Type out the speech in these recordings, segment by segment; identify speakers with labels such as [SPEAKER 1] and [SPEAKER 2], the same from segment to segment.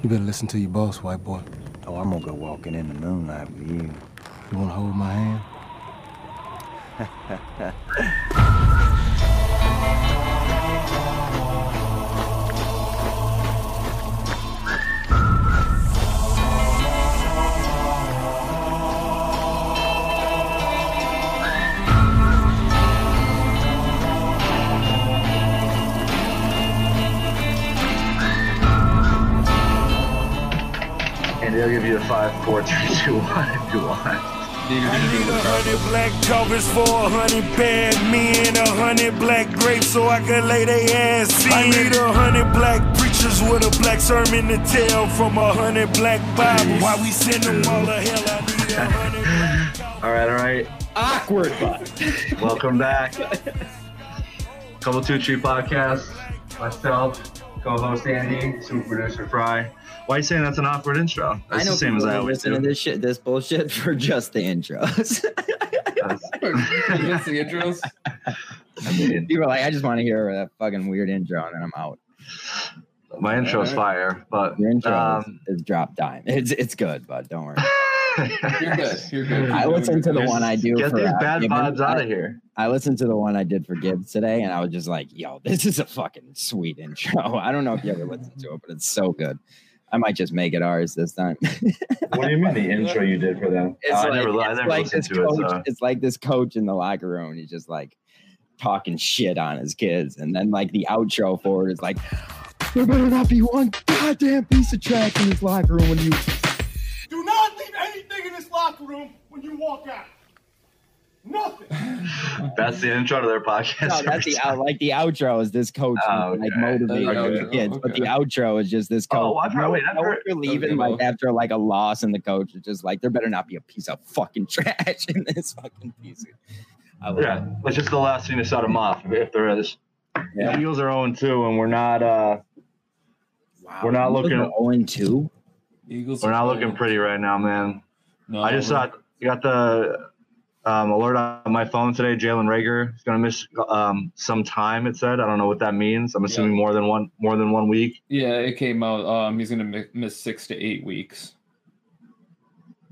[SPEAKER 1] You better listen to your boss, white boy.
[SPEAKER 2] Oh, I'm gonna go walking in the moonlight with you.
[SPEAKER 1] You wanna hold my hand?
[SPEAKER 3] and they'll give you a five, four, three, two, one if you want.
[SPEAKER 4] I need a hundred black covers for a hundred bad men, a hundred black grapes so I can lay they ass in. I need a hundred black preachers with a black sermon to tell from a hundred black Bibles. Why we send them all to hell? I need a hundred. black covers.
[SPEAKER 3] All right, all right.
[SPEAKER 5] Awkward, but
[SPEAKER 3] Welcome back. Couple Two Tree Podcast. Myself, co-host Andy, super producer Fry. Why are you saying that's an awkward intro? That's the same as I
[SPEAKER 5] people
[SPEAKER 3] always
[SPEAKER 5] listen
[SPEAKER 3] do.
[SPEAKER 5] to this shit, this bullshit for just the intros.
[SPEAKER 3] That's-
[SPEAKER 6] That's the intros.
[SPEAKER 3] I mean,
[SPEAKER 5] People are like, I just want to hear that fucking weird intro, and then I'm out.
[SPEAKER 3] my intro's fire, but
[SPEAKER 5] Your intro
[SPEAKER 3] um,
[SPEAKER 5] is, is drop dime. It's it's good, but don't worry.
[SPEAKER 6] You're good. You're good.
[SPEAKER 5] I listened to the
[SPEAKER 3] There's-
[SPEAKER 5] one I do.
[SPEAKER 3] Get
[SPEAKER 5] for,
[SPEAKER 3] these
[SPEAKER 5] uh,
[SPEAKER 3] bad
[SPEAKER 5] Gibbons.
[SPEAKER 3] vibes out
[SPEAKER 5] I-
[SPEAKER 3] of here.
[SPEAKER 5] I listened to the one I did for Gibbs today, and I was just like, "Yo, this is a fucking sweet intro." I don't know if you ever listened to it, but it's so good. I might just make it ours this time.
[SPEAKER 3] What do you mean the intro you did for them?
[SPEAKER 5] It's
[SPEAKER 3] Uh,
[SPEAKER 5] like,
[SPEAKER 3] I never, I
[SPEAKER 5] it's
[SPEAKER 3] never
[SPEAKER 5] like
[SPEAKER 3] listened
[SPEAKER 5] this
[SPEAKER 3] to it.
[SPEAKER 5] coach,
[SPEAKER 3] So.
[SPEAKER 5] It's like this coach in the locker room. And he's just like talking shit on his kids, and then like the outro for it is like, "There better not be one goddamn piece of trash in this locker room when you."
[SPEAKER 7] Do not leave anything in this locker room when you walk out. Nothing.
[SPEAKER 3] That's the intro to their podcast.
[SPEAKER 5] No, that's
[SPEAKER 3] every
[SPEAKER 5] the
[SPEAKER 3] time.
[SPEAKER 5] out. Like the outro is this coach
[SPEAKER 3] Oh,
[SPEAKER 5] like
[SPEAKER 3] okay.
[SPEAKER 5] motivating
[SPEAKER 3] Okay.
[SPEAKER 5] the kids, but the
[SPEAKER 6] Okay.
[SPEAKER 5] outro is just this coach.
[SPEAKER 3] Oh, I've heard-
[SPEAKER 5] No-
[SPEAKER 3] wait, I've
[SPEAKER 5] no one
[SPEAKER 3] heard-
[SPEAKER 5] leaving
[SPEAKER 6] okay.
[SPEAKER 5] like after like a loss, and the coach is just like, "There better not be a piece of fucking trash in this fucking piece." I love
[SPEAKER 3] Yeah, that's just the last thing to set them off if if there is.
[SPEAKER 5] Yeah.
[SPEAKER 3] The Eagles are 0 2, and we're not uh, We're not looking-
[SPEAKER 5] zero and two.
[SPEAKER 6] Eagles.
[SPEAKER 3] we're
[SPEAKER 6] are
[SPEAKER 3] not
[SPEAKER 6] playing.
[SPEAKER 3] looking pretty right now, man.
[SPEAKER 6] No,
[SPEAKER 3] I just
[SPEAKER 6] we're-
[SPEAKER 3] thought you got the um, alert on my phone today. Jalen Rager is going to miss um, some time. It said I don't know what that means. I'm assuming more than one more than one week.
[SPEAKER 6] Yeah, it came out. Um, he's gonna mi- miss six to eight weeks.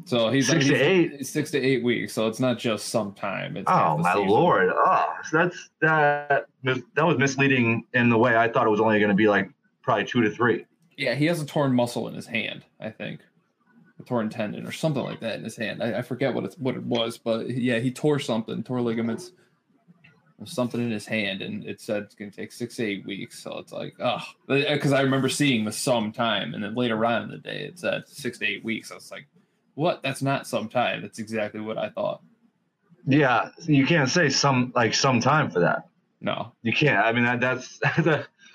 [SPEAKER 6] So he's
[SPEAKER 3] Six to
[SPEAKER 6] he's-
[SPEAKER 3] eight?
[SPEAKER 6] Six to eight weeks. So it's not just some time. It's half
[SPEAKER 3] Oh
[SPEAKER 6] the
[SPEAKER 3] my
[SPEAKER 6] season.
[SPEAKER 3] lord! Oh, so that's that. That was misleading in the way I thought it was only going to be like probably two to three.
[SPEAKER 6] Yeah, he has a torn muscle in his hand. I think a torn tendon or something like that in his hand. I, I forget what it's what it was, but yeah, he tore something, tore ligaments, or something in his hand, and it said it's gonna take six to eight weeks. So it's like, oh, because I remember seeing the some time, and then later on in the day, it said six to eight weeks. I was like, what? That's not some time. That's exactly what I thought.
[SPEAKER 3] Yeah, you can't say some like some time for that.
[SPEAKER 6] No,
[SPEAKER 3] You can't. I mean, that, that's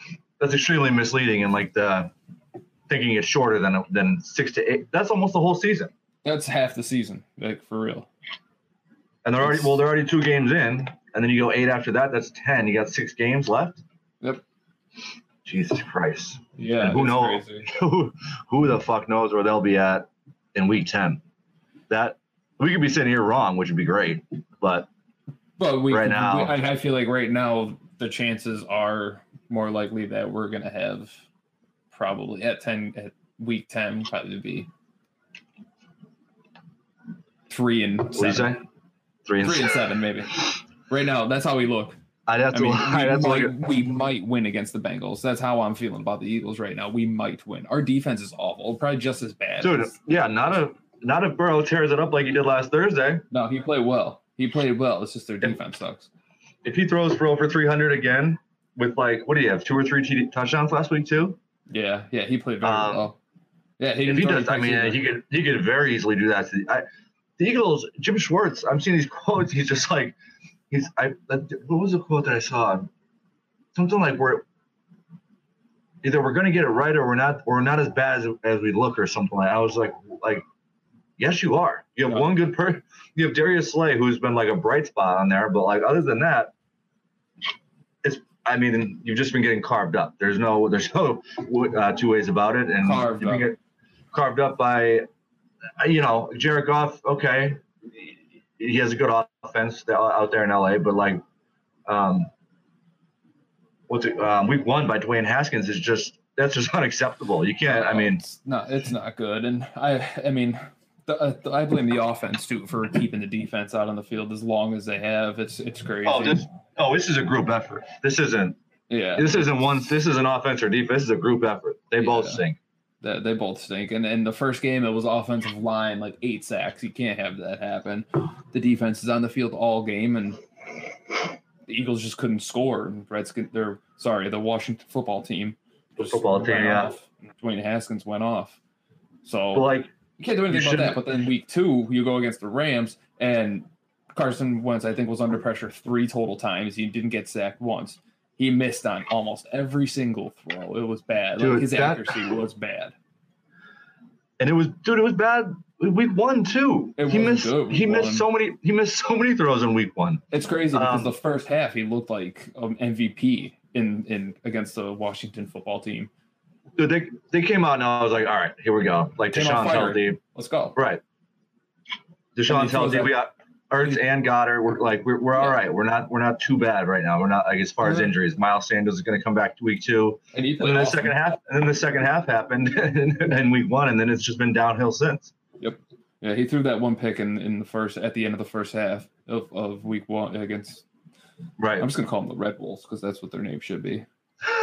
[SPEAKER 3] that's extremely misleading and like the thinking it's shorter than than six to eight. That's almost the whole season.
[SPEAKER 6] that's half the season, like for real.
[SPEAKER 3] And they're already well, they're already two games in, and then you go eight after that. That's ten. You got six games left.
[SPEAKER 6] Yep.
[SPEAKER 3] Jesus Christ.
[SPEAKER 6] Yeah,
[SPEAKER 3] And who
[SPEAKER 6] it's
[SPEAKER 3] knows?
[SPEAKER 6] crazy.
[SPEAKER 3] who who the fuck knows where they'll be at in week ten? That we could be sitting here wrong, which would be great. But
[SPEAKER 6] But we
[SPEAKER 3] Right now-
[SPEAKER 6] we- and I feel like right now the chances are more likely that we're gonna have probably at ten at week ten probably be three and
[SPEAKER 3] what do you say?
[SPEAKER 6] seven.
[SPEAKER 3] Three and
[SPEAKER 6] Three and seven maybe. Right now, that's how we look.
[SPEAKER 3] I'd have
[SPEAKER 6] I
[SPEAKER 3] to.
[SPEAKER 6] mean,
[SPEAKER 3] I'd have to
[SPEAKER 6] we,
[SPEAKER 3] look at-
[SPEAKER 6] might, we might win against the Bengals. That's how I'm feeling about the Eagles right now. We might win. Our defense is awful, probably just as bad.
[SPEAKER 3] dude.
[SPEAKER 6] as-
[SPEAKER 3] Yeah, not a not if Burrow tears it up like he did last Thursday.
[SPEAKER 6] no, he played well. He played well. It's just their
[SPEAKER 3] Yeah.
[SPEAKER 6] defense sucks.
[SPEAKER 3] If he throws for over three hundred again, with like what do you have, two or three TD touchdowns last week too?
[SPEAKER 6] Yeah, yeah, he played very
[SPEAKER 3] Um,
[SPEAKER 6] well. Yeah, he
[SPEAKER 3] If
[SPEAKER 6] didn't
[SPEAKER 3] he
[SPEAKER 6] throw any
[SPEAKER 3] does, I
[SPEAKER 6] picks
[SPEAKER 3] mean,
[SPEAKER 6] either.
[SPEAKER 3] he could he could very easily do that. To the, I, the Eagles, Jim Schwartz. I'm seeing these quotes. He's just like, he's I. That, what was the quote that I saw? Something like we're either we're gonna get it right or we're not. Or we're not as bad as, as we look or something. Like I was like like. Yes, you are. You have
[SPEAKER 6] Yeah.
[SPEAKER 3] one good per. You have Darius Slay, who's been like a bright spot on there, but like other than that, it's. I mean, you've just been getting carved up. There's no, there's no uh, two ways about it. And
[SPEAKER 6] Carved
[SPEAKER 3] you
[SPEAKER 6] up.
[SPEAKER 3] get carved up by, uh, you know, Jared Goff. Okay, he has a good offense th- out there in LA, but like, um, what's it, um, week one by Dwayne Haskins is just that's just unacceptable. You can't. I mean,
[SPEAKER 6] it's not it's not good. And I I mean, the, uh, the- I blame the offense too for keeping the defense out on the field as long as they have. It's it's crazy.
[SPEAKER 3] oh, this oh, this is a group effort. This isn't
[SPEAKER 6] yeah,
[SPEAKER 3] this isn't one. This is an offense or defense. This is a group effort. They both
[SPEAKER 6] Yeah.
[SPEAKER 3] sink.
[SPEAKER 6] that they both stink. And in the first game, it was offensive line like eight sacks. You can't have that happen. The defense is on the field all game, and the Eagles just couldn't score. And Redskins, they're sorry, the Washington football team,
[SPEAKER 3] The
[SPEAKER 6] just
[SPEAKER 3] football team,
[SPEAKER 6] went
[SPEAKER 3] yeah.
[SPEAKER 6] off. Dwayne Haskins went off. So
[SPEAKER 3] But like,
[SPEAKER 6] you can't do anything
[SPEAKER 3] You
[SPEAKER 6] about that.
[SPEAKER 3] shouldn't-
[SPEAKER 6] But then week two, you go against the Rams, and Carson Wentz, I think, was under pressure three total times. He didn't get sacked once. He missed on almost every single throw. It was bad. Like,
[SPEAKER 3] Dude,
[SPEAKER 6] his
[SPEAKER 3] that-
[SPEAKER 6] accuracy was bad.
[SPEAKER 3] and it was dude. It was bad. Week one too.
[SPEAKER 6] It
[SPEAKER 3] he
[SPEAKER 6] wasn't
[SPEAKER 3] missed.
[SPEAKER 6] good, week
[SPEAKER 3] He
[SPEAKER 6] one.
[SPEAKER 3] missed so many. He missed so many throws in week one.
[SPEAKER 6] It's crazy because
[SPEAKER 3] Um,
[SPEAKER 6] the first half he looked like um, MVP in in against the Washington football team.
[SPEAKER 3] Dude, they they came out and I was like, all right, here we go. Like
[SPEAKER 6] Came out
[SPEAKER 3] Deshaun's
[SPEAKER 6] fired.
[SPEAKER 3] healthy,
[SPEAKER 6] Let's go.
[SPEAKER 3] right? Deshaun's
[SPEAKER 6] throws
[SPEAKER 3] healthy.
[SPEAKER 6] that-
[SPEAKER 3] We got Ertz and Goddard. We're like we're, we're all
[SPEAKER 6] Yeah.
[SPEAKER 3] right. We're not we're not too bad right now. We're not like as far as
[SPEAKER 6] Yeah.
[SPEAKER 3] injuries. Miles Sanders is going to come back to week two,
[SPEAKER 6] And he
[SPEAKER 3] and
[SPEAKER 6] played
[SPEAKER 3] then the
[SPEAKER 6] awesome.
[SPEAKER 3] second half, and then the second half happened, and then week one, and then it's just been downhill since.
[SPEAKER 6] Yeah, he threw that one pick in, in the first at the end of the first half of, of week one against
[SPEAKER 3] Right.
[SPEAKER 6] I'm just gonna call them the Red Bulls because that's what their name should be.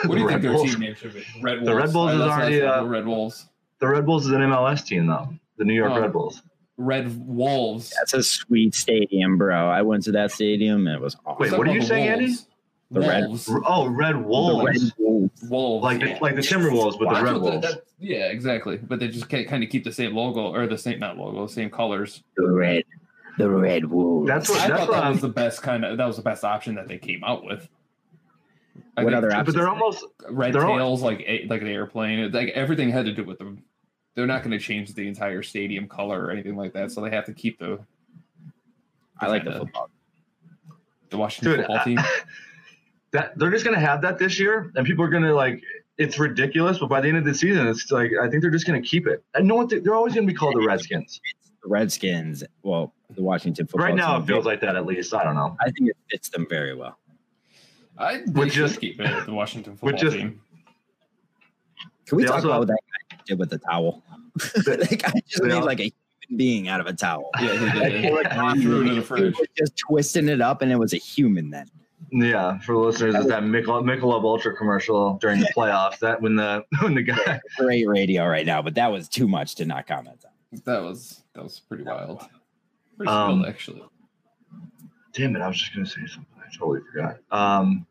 [SPEAKER 6] What do you
[SPEAKER 3] The
[SPEAKER 6] think
[SPEAKER 3] Red
[SPEAKER 6] their
[SPEAKER 3] Bulls.
[SPEAKER 6] team name should be? Red Wolves.
[SPEAKER 3] The Red Bulls
[SPEAKER 6] Uh,
[SPEAKER 3] is
[SPEAKER 6] that's-
[SPEAKER 3] already,
[SPEAKER 6] that's
[SPEAKER 3] uh,
[SPEAKER 6] the Red Wolves.
[SPEAKER 3] the Red Bulls is an MLS team though. The New York
[SPEAKER 6] Oh.
[SPEAKER 3] Red Bulls.
[SPEAKER 6] Red Wolves.
[SPEAKER 5] That's a sweet stadium, bro. I went to that stadium and it was awesome.
[SPEAKER 3] Wait,
[SPEAKER 6] Talking
[SPEAKER 3] what are
[SPEAKER 6] about
[SPEAKER 3] you
[SPEAKER 6] the
[SPEAKER 3] saying, Andy?
[SPEAKER 6] Wolves.
[SPEAKER 5] The Red-
[SPEAKER 6] Wolves.
[SPEAKER 3] R- Oh, Red Wolves.
[SPEAKER 5] Red Wolves.
[SPEAKER 6] Wolves.
[SPEAKER 3] Like the,
[SPEAKER 6] yeah.
[SPEAKER 3] like the Timberwolves with the
[SPEAKER 6] That's
[SPEAKER 3] Red
[SPEAKER 6] what the-
[SPEAKER 3] Wolves.
[SPEAKER 6] that- yeah, exactly. But they just can't kind of keep the same logo or the same not logo, same colors.
[SPEAKER 5] The Red. The Red Wolves.
[SPEAKER 3] That's what
[SPEAKER 6] I
[SPEAKER 3] that's um,
[SPEAKER 6] thought
[SPEAKER 3] what
[SPEAKER 6] that
[SPEAKER 3] I'm
[SPEAKER 6] was the best kind of that was the best option that they came out with. I
[SPEAKER 5] what
[SPEAKER 6] think
[SPEAKER 5] other
[SPEAKER 3] but
[SPEAKER 5] options?
[SPEAKER 3] they're almost
[SPEAKER 6] Red
[SPEAKER 3] they're all-
[SPEAKER 6] Tails, like a, like an airplane, it- like everything had to do with them. They're not going to change the entire stadium color or anything like that, so they have to keep the
[SPEAKER 5] I like the
[SPEAKER 6] kinda-
[SPEAKER 5] football.
[SPEAKER 6] the Washington
[SPEAKER 3] Dude,
[SPEAKER 6] football
[SPEAKER 3] I-
[SPEAKER 6] team.
[SPEAKER 3] that they're just gonna have that this year, and people are gonna like it's ridiculous. But by the end of the season, it's like I think they're just gonna keep it. And no one, they're always gonna be called the Redskins.
[SPEAKER 5] The Redskins. Well, the Washington football.
[SPEAKER 3] right now,
[SPEAKER 5] team,
[SPEAKER 3] it feels like that. At least I don't know.
[SPEAKER 5] I think it fits them very well.
[SPEAKER 6] I
[SPEAKER 3] With
[SPEAKER 6] would just
[SPEAKER 3] just-
[SPEAKER 6] keep it the Washington
[SPEAKER 3] with
[SPEAKER 6] football
[SPEAKER 3] just-
[SPEAKER 6] team.
[SPEAKER 5] Can we
[SPEAKER 3] They
[SPEAKER 5] talk
[SPEAKER 3] also-
[SPEAKER 5] about what that guy did with the towel? that guy just
[SPEAKER 3] they
[SPEAKER 5] made
[SPEAKER 3] al-
[SPEAKER 5] like a human being out of a towel.
[SPEAKER 6] Yeah, he did. He threw it in the
[SPEAKER 5] He
[SPEAKER 6] fridge.
[SPEAKER 5] was just twisting it up, and it was a human then.
[SPEAKER 3] Yeah, for listeners, it's that Michelob, Michelob Ultra commercial during the playoffs. That when the when the guy
[SPEAKER 5] Great radio right now, but that was too much to not comment on.
[SPEAKER 6] That was that was pretty wild. Pretty
[SPEAKER 3] Um,
[SPEAKER 6] skilled, actually.
[SPEAKER 3] Damn it! I was just gonna say something. I totally forgot. Um,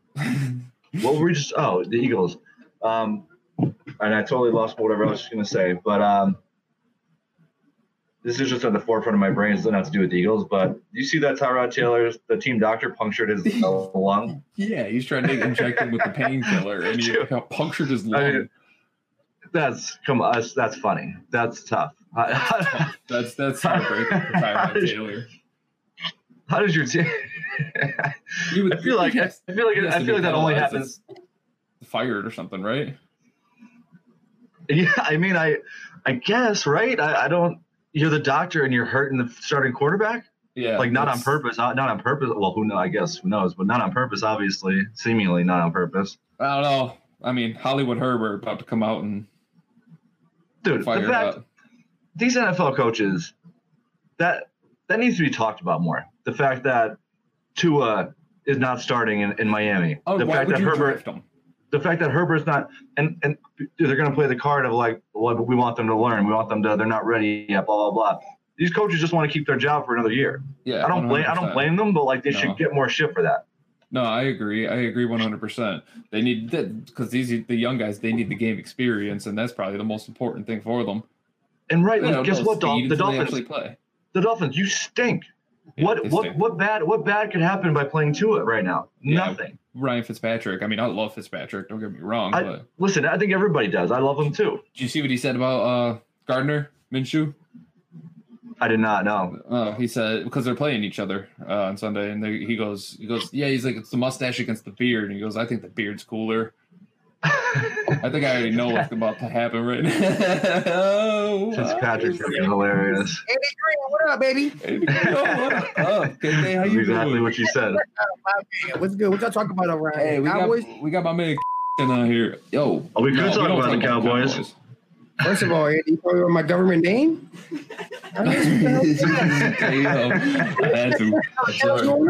[SPEAKER 3] what were we just? Oh, the Eagles. Um, and I totally lost whatever I was just gonna say. But um, this is just at the forefront of my brain. It's nothing to do with the Eagles. But you see that Tyrod Taylor's the team doctor punctured his uh, lung.
[SPEAKER 6] Yeah, he's trying to inject him with the painkiller, and he
[SPEAKER 3] Dude.
[SPEAKER 6] punctured his lung.
[SPEAKER 3] I mean, that's come on. That's, that's funny. That's tough. How,
[SPEAKER 6] that's that's heartbreaking for Tyrod Taylor.
[SPEAKER 3] how does your team?
[SPEAKER 6] You would
[SPEAKER 3] I feel like I
[SPEAKER 6] yes,
[SPEAKER 3] feel like
[SPEAKER 6] he has
[SPEAKER 3] I
[SPEAKER 6] to
[SPEAKER 3] feel like
[SPEAKER 6] be
[SPEAKER 3] that only
[SPEAKER 6] penalized
[SPEAKER 3] happens
[SPEAKER 6] as Fired or something, right?
[SPEAKER 3] Yeah, I mean, I, I guess, right? I, I don't. You're the doctor, and you're hurting the starting quarterback,
[SPEAKER 6] Yeah,
[SPEAKER 3] like not on
[SPEAKER 6] that's-
[SPEAKER 3] purpose. uh, Not not on purpose. Well, who know? I guess who knows? But not on purpose, obviously. Seemingly not on purpose,
[SPEAKER 6] I don't know. I mean, Hollywood Herbert about to come out and
[SPEAKER 3] dude.
[SPEAKER 6] fire
[SPEAKER 3] the
[SPEAKER 6] it
[SPEAKER 3] fact
[SPEAKER 6] up.
[SPEAKER 3] these NFL coaches, that that needs to be talked about more. The fact that Tua is not starting in, in Miami.
[SPEAKER 6] Oh,
[SPEAKER 3] the
[SPEAKER 6] why
[SPEAKER 3] fact
[SPEAKER 6] would
[SPEAKER 3] that
[SPEAKER 6] you
[SPEAKER 3] Herbert
[SPEAKER 6] draft him?
[SPEAKER 3] the fact that Herbert's not and and they're going to play the card of like, well, we want them to learn, we want them to, they're not ready yet, blah blah blah. These coaches just want to keep their job for another year.
[SPEAKER 6] Yeah,
[SPEAKER 3] I don't blame I
[SPEAKER 6] 100%.
[SPEAKER 3] don't blame them, but like they
[SPEAKER 6] No.
[SPEAKER 3] should get more shit for that.
[SPEAKER 6] No, I agree. I agree one hundred percent. They need because these the young guys they need the game experience, and that's probably the most important thing for them.
[SPEAKER 3] And right,
[SPEAKER 6] They
[SPEAKER 3] like,
[SPEAKER 6] don't
[SPEAKER 3] guess
[SPEAKER 6] know
[SPEAKER 3] what? Dol-
[SPEAKER 6] speed
[SPEAKER 3] the
[SPEAKER 6] until they
[SPEAKER 3] Dolphins,
[SPEAKER 6] actually play.
[SPEAKER 3] the Dolphins, you stink.
[SPEAKER 6] Yeah,
[SPEAKER 3] what
[SPEAKER 6] they
[SPEAKER 3] what
[SPEAKER 6] stink.
[SPEAKER 3] what bad what bad could happen by playing to it right now?
[SPEAKER 6] Yeah.
[SPEAKER 3] Nothing.
[SPEAKER 6] Ryan Fitzpatrick. I mean, I love Fitzpatrick. Don't get me wrong,
[SPEAKER 3] I-
[SPEAKER 6] but do
[SPEAKER 3] Listen, I think everybody does. I love them too.
[SPEAKER 6] you see what he said about uh Gardner Minshew?
[SPEAKER 3] I did not know.
[SPEAKER 6] Oh, he said because they're playing each other uh, on Sunday, and they, he goes, he goes, yeah, he's like it's the mustache against the beard, and he goes, I think the beard's cooler. I think I already know what's about to happen right now. Oh,
[SPEAKER 3] Fitzpatrick's gonna be hilarious.
[SPEAKER 5] What up, baby?
[SPEAKER 6] oh, KK, how
[SPEAKER 3] That's
[SPEAKER 6] you
[SPEAKER 3] exactly
[SPEAKER 6] doing?
[SPEAKER 3] what you said.
[SPEAKER 5] What's good? What y'all talking about over
[SPEAKER 6] Hey, we got, we got my man and I hear, yo,
[SPEAKER 3] Oh, we could talk
[SPEAKER 6] don't
[SPEAKER 3] about the Cowboys.
[SPEAKER 8] First of all, Andy, you probably want my government name? I don't know what the
[SPEAKER 6] Hey, yo, I had to. That's all
[SPEAKER 8] hell's
[SPEAKER 6] right.
[SPEAKER 8] going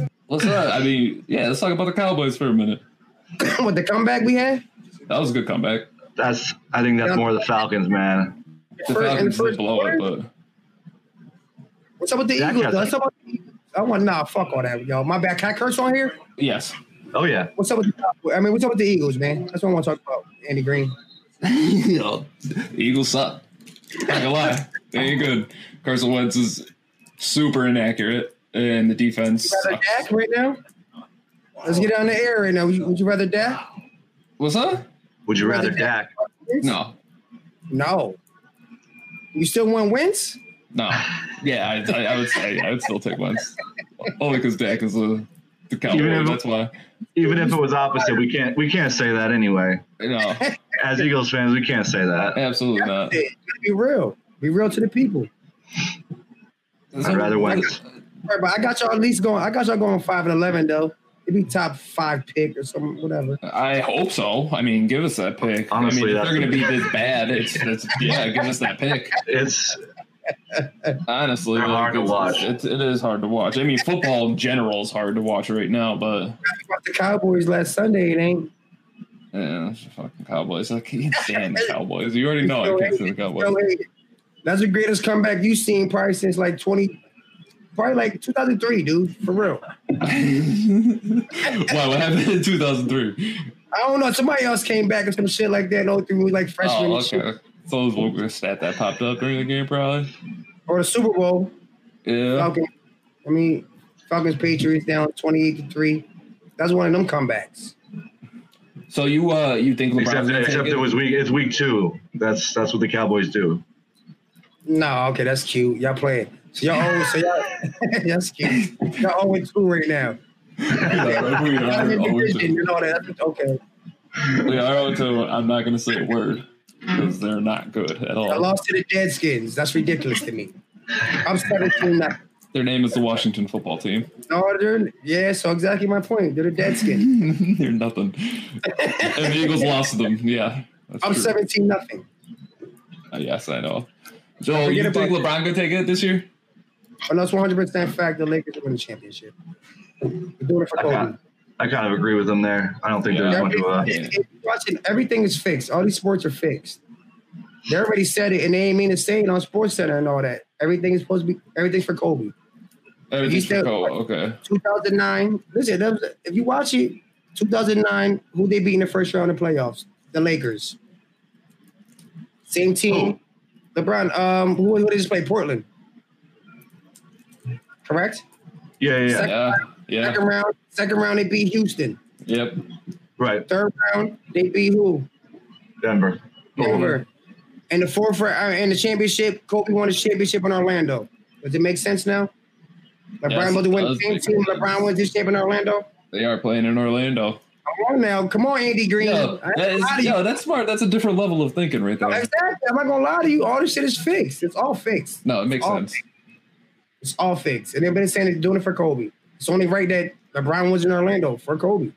[SPEAKER 8] on,
[SPEAKER 6] What's up? I mean, yeah, let's talk about the Cowboys for a minute.
[SPEAKER 8] man. With the comeback we had,
[SPEAKER 6] That was a good comeback.
[SPEAKER 3] That's I think that's more the Falcons, man.
[SPEAKER 6] The
[SPEAKER 8] First- in the
[SPEAKER 6] Falcons did
[SPEAKER 8] first
[SPEAKER 6] blow it,
[SPEAKER 8] quarter?
[SPEAKER 6] but
[SPEAKER 8] what's up with the
[SPEAKER 3] That
[SPEAKER 8] Eagles?
[SPEAKER 3] guy's
[SPEAKER 8] though? What's up with the Eagles? I want nah, fuck all that, yo. My bad. Can I curse on here?
[SPEAKER 6] yes.
[SPEAKER 3] Oh yeah,
[SPEAKER 8] What's up with? The, I mean, what's up with the Eagles, man? That's what I want to talk about. Andy Green.
[SPEAKER 6] Yo, Eagles suck. Not gonna lie. They ain't good. Carson Wentz is super inaccurate, and the defense.
[SPEAKER 8] Rather
[SPEAKER 6] sucks.
[SPEAKER 8] Dak right now. Let's get on the air right now. Would you, would you rather Dak?
[SPEAKER 6] What's up?
[SPEAKER 3] would you rather Dak?
[SPEAKER 6] No,
[SPEAKER 8] No. You still want wins?
[SPEAKER 6] no. Yeah, I, I, I would say I would still take Wentz. Only because Dak is a, the
[SPEAKER 3] Even
[SPEAKER 6] Cowboy.
[SPEAKER 3] if-
[SPEAKER 6] That's why.
[SPEAKER 3] Even if it was opposite, we can't we can't say that anyway.
[SPEAKER 6] No,
[SPEAKER 3] As Eagles fans, we can't say that.
[SPEAKER 6] absolutely not.
[SPEAKER 8] Hey, Be real. Be real to the people.
[SPEAKER 3] I'd rather Wentz.
[SPEAKER 8] All right, but I got y'all at least going. I got y'all going five and eleven though. It'd be top five pick or something, whatever.
[SPEAKER 6] I hope so. I mean, give us that pick.
[SPEAKER 3] Honestly,
[SPEAKER 6] I mean, if
[SPEAKER 3] that's
[SPEAKER 6] they're going to
[SPEAKER 3] the-
[SPEAKER 6] be this bad, it's, it's yeah, give us that pick.
[SPEAKER 3] It's
[SPEAKER 6] Honestly,
[SPEAKER 3] They're hard to
[SPEAKER 6] it's,
[SPEAKER 3] watch.
[SPEAKER 6] It's, it is hard to watch. I mean, football in general is hard to watch right now, but
[SPEAKER 8] About the Cowboys last Sunday, it ain't.
[SPEAKER 6] yeah, it's the fucking Cowboys. I can't stand the Cowboys. You already know I can't stand the Cowboys.
[SPEAKER 8] Still hate it. That's the greatest comeback you've seen probably since like twenty, probably like two thousand three, dude. For real.
[SPEAKER 6] Why? What happened in 2003?
[SPEAKER 8] I don't know. Somebody else came back and some shit like that. No, three was like freshman
[SPEAKER 6] Oh,
[SPEAKER 8] and shit.
[SPEAKER 6] okay. So it was a stat that popped up during the game, probably.
[SPEAKER 8] or the Super Bowl.
[SPEAKER 6] Yeah.
[SPEAKER 8] Falcons. I mean, Falcons Patriots down twenty eight to three. That's one of them comebacks.
[SPEAKER 6] So you uh you think LeBron's
[SPEAKER 3] except
[SPEAKER 6] gonna
[SPEAKER 3] except
[SPEAKER 6] take
[SPEAKER 3] it
[SPEAKER 6] it?
[SPEAKER 3] was week it's week two. That's that's what the Cowboys do.
[SPEAKER 8] No, okay, that's cute. Y'all playing. So y'all owe, so y'all that's cute. Y'all owe two right now.
[SPEAKER 6] we are
[SPEAKER 8] Y'all in the
[SPEAKER 6] always-
[SPEAKER 8] division, you know that. Okay.
[SPEAKER 6] we are out to- I'm not gonna say a word because they're not good at
[SPEAKER 8] I
[SPEAKER 6] all.
[SPEAKER 8] lost to the Deadskins. That's ridiculous to me. I'm 17 now.
[SPEAKER 6] Their name is the Washington football team.
[SPEAKER 8] No, they're- yeah, so exactly my point. They're the Deadskins.
[SPEAKER 6] They're nothing. and the Eagles lost them. Yeah. that's
[SPEAKER 8] I'm
[SPEAKER 6] true.
[SPEAKER 8] 17 nothing.
[SPEAKER 6] Uh, yes, I know. Joel,
[SPEAKER 8] Forget
[SPEAKER 6] you think
[SPEAKER 8] about-
[SPEAKER 6] LeBron could take it this year?
[SPEAKER 8] But that's 100% fact the Lakers win the championship. They're doing it for
[SPEAKER 3] I
[SPEAKER 8] Kobe.
[SPEAKER 3] kind, I kind of agree with them there. I don't think
[SPEAKER 6] Yeah.
[SPEAKER 3] there's much of a.
[SPEAKER 8] Everything, watching, everything is fixed. All these sports are fixed. They already said it, and they ain't mean to say it on Sports Center and all that. Everything is supposed to be everything's for Kobe.
[SPEAKER 6] Everything's for
[SPEAKER 8] said-
[SPEAKER 6] Kobe. Okay.
[SPEAKER 8] 2009. Listen, that was, if you watch it, 2009, who they beat in the first round of playoffs? The Lakers. Same team. LeBron. Um, who, who did they just play? Portland. Correct.
[SPEAKER 3] Yeah, yeah, yeah.
[SPEAKER 8] Second-
[SPEAKER 6] Yeah. Yeah.
[SPEAKER 8] Second round. Second round, they beat Houston.
[SPEAKER 6] Yep.
[SPEAKER 3] right.
[SPEAKER 8] Third round, they beat who?
[SPEAKER 3] Denver.
[SPEAKER 6] Mm-hmm.
[SPEAKER 8] Denver. And the fourth round, uh, and the championship, Kobe won the championship in Orlando. Does it make sense now? LeBron
[SPEAKER 6] Yes,
[SPEAKER 8] about to
[SPEAKER 6] it
[SPEAKER 8] win the
[SPEAKER 6] does
[SPEAKER 8] same
[SPEAKER 6] make
[SPEAKER 8] team.
[SPEAKER 6] sense.
[SPEAKER 8] LeBron wins this championship in Orlando.
[SPEAKER 6] They are playing in Orlando.
[SPEAKER 8] Come on now, come on, Andy Green.
[SPEAKER 6] Yo,
[SPEAKER 8] I ain't
[SPEAKER 6] that
[SPEAKER 8] gonna lie to
[SPEAKER 6] is,
[SPEAKER 8] you.
[SPEAKER 6] yo, that's smart. That's a different level of thinking right there.
[SPEAKER 8] Exactly. I'm not gonna lie to you. All this shit is fixed. It's all fixed.
[SPEAKER 6] No, it makes
[SPEAKER 8] Oh.
[SPEAKER 6] sense.
[SPEAKER 8] It's all fixed. And they've been saying they're doing it for Kobe. It's only right that LeBron was in Orlando for Kobe.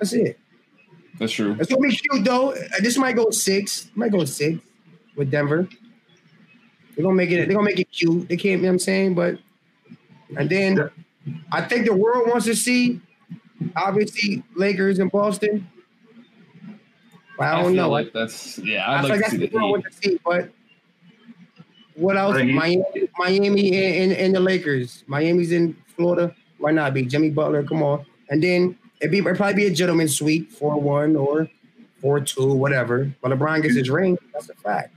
[SPEAKER 8] That's it.
[SPEAKER 6] That's true.
[SPEAKER 8] It's gonna be cute though. Uh, This might go six. Might go six with Denver. They're gonna make it. They're gonna make it cute. They can't. You know what I'm saying, but and then I think the world wants to see obviously Lakers and Boston. But I
[SPEAKER 6] I
[SPEAKER 8] don't
[SPEAKER 6] feel
[SPEAKER 8] know.
[SPEAKER 6] Like that's yeah.
[SPEAKER 8] I
[SPEAKER 6] I'd
[SPEAKER 8] feel
[SPEAKER 6] like to
[SPEAKER 8] like
[SPEAKER 6] see
[SPEAKER 8] that's
[SPEAKER 6] the
[SPEAKER 8] what I
[SPEAKER 6] Heat.
[SPEAKER 8] want to see, but what else?
[SPEAKER 3] I think-
[SPEAKER 8] Miami, Miami and, and, and the Lakers. Miami's in Florida. Why not be Jimmy Butler? Come on. And then it'd, be, it'd probably be a gentleman's sweep, 4 1 or 4 2, whatever. But LeBron
[SPEAKER 6] Mm-hmm.
[SPEAKER 8] gets his ring. That's a fact.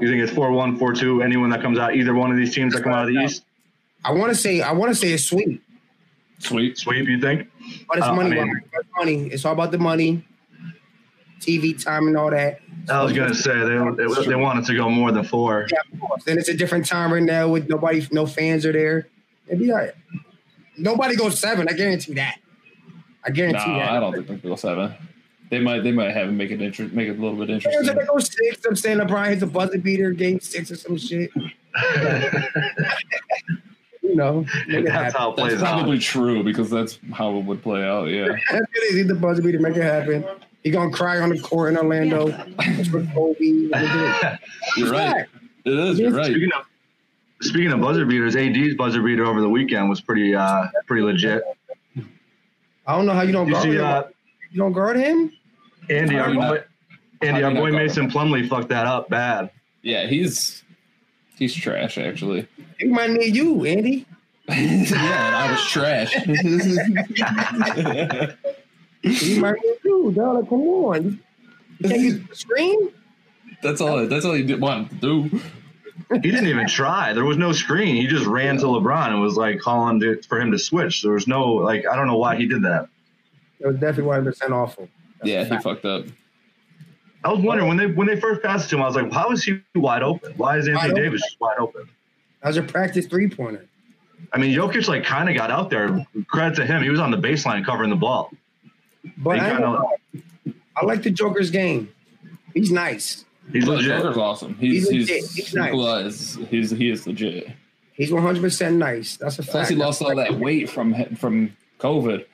[SPEAKER 3] You think it's 4 1, 4 2, anyone that comes out, either one of these teams that come out of the East?
[SPEAKER 8] I want to say, I want to say it's sweet,
[SPEAKER 6] Sweet.
[SPEAKER 3] Sweep, you think?
[SPEAKER 8] but it's
[SPEAKER 3] Uh, I
[SPEAKER 8] money.
[SPEAKER 3] mean-
[SPEAKER 8] it's money. It's all about the money, TV time, and all that.
[SPEAKER 3] I was going to say they, they, they wanted to go more than four.
[SPEAKER 8] Yeah, of course. And it's a different time right now with nobody, no fans are there. It'd be all right. Nobody goes seven. I guarantee that. I
[SPEAKER 6] No,
[SPEAKER 8] guarantee that.
[SPEAKER 6] I don't think they go seven. They might. They might have him make it inter- make it a little bit
[SPEAKER 8] Fans
[SPEAKER 6] interesting.
[SPEAKER 8] if they go six, I'm saying LeBron hits a buzzer beater, game six or some shit. you you know, make it
[SPEAKER 3] That's
[SPEAKER 8] happen.
[SPEAKER 3] how it
[SPEAKER 6] That's
[SPEAKER 3] plays
[SPEAKER 6] probably
[SPEAKER 3] out.
[SPEAKER 6] true because that's how it would play out. Yeah.
[SPEAKER 8] That's what it is. He's the buzzer beater, make it happen. He gonna cry on the court in Orlando. That's what Kobe. would do.
[SPEAKER 6] You're right. It is. You're right.
[SPEAKER 3] Speaking of speaking of buzzer beaters, AD's buzzer beater over the weekend was pretty uh pretty legit.
[SPEAKER 8] I don't know how you don't
[SPEAKER 3] You
[SPEAKER 8] guard
[SPEAKER 3] see,
[SPEAKER 8] him.
[SPEAKER 3] uh,
[SPEAKER 8] you don't guard him?
[SPEAKER 3] Andy,
[SPEAKER 6] How
[SPEAKER 3] our
[SPEAKER 6] do you
[SPEAKER 3] boy,
[SPEAKER 6] not-
[SPEAKER 3] Andy,
[SPEAKER 6] how
[SPEAKER 3] our
[SPEAKER 6] do you
[SPEAKER 3] boy
[SPEAKER 6] not go?
[SPEAKER 3] Mason Plumley fucked that up bad.
[SPEAKER 6] Yeah, he's he's trash actually.
[SPEAKER 8] He might need you, Andy.
[SPEAKER 6] yeah, and I was trash.
[SPEAKER 8] He might need you, dog. Like, come on. You can't use the screen?
[SPEAKER 6] that's all. That's all he did, wanted to do.
[SPEAKER 3] He didn't even try. There was no screen. He just ran to LeBron and was like calling to, for him to switch. There was no like I don't know why he did that.
[SPEAKER 8] That was definitely one hundred percent awful.
[SPEAKER 6] Yeah, he fucked up.
[SPEAKER 3] I was wondering when they when they first passed it to him, I was like, how is he wide open? Why is
[SPEAKER 8] Wide
[SPEAKER 3] Anthony
[SPEAKER 8] open.
[SPEAKER 3] Davis just wide open?
[SPEAKER 8] That was a practice three pointer.
[SPEAKER 3] I mean, Jokic like kind of got out there. Credit to him, he was on the baseline covering the ball.
[SPEAKER 8] But
[SPEAKER 3] He
[SPEAKER 8] I, ain't
[SPEAKER 3] kinda-
[SPEAKER 8] gonna lie. I like the Joker's game. He's nice.
[SPEAKER 3] He's
[SPEAKER 6] But
[SPEAKER 3] legit.
[SPEAKER 6] Joker's awesome. He's he's,
[SPEAKER 8] He's legit.
[SPEAKER 6] he's,
[SPEAKER 8] He's nice.
[SPEAKER 6] Nikola is- he's he is legit.
[SPEAKER 8] He's one hundred percent nice. That's a fact.
[SPEAKER 6] Plus, he lost all that weight from from COVID.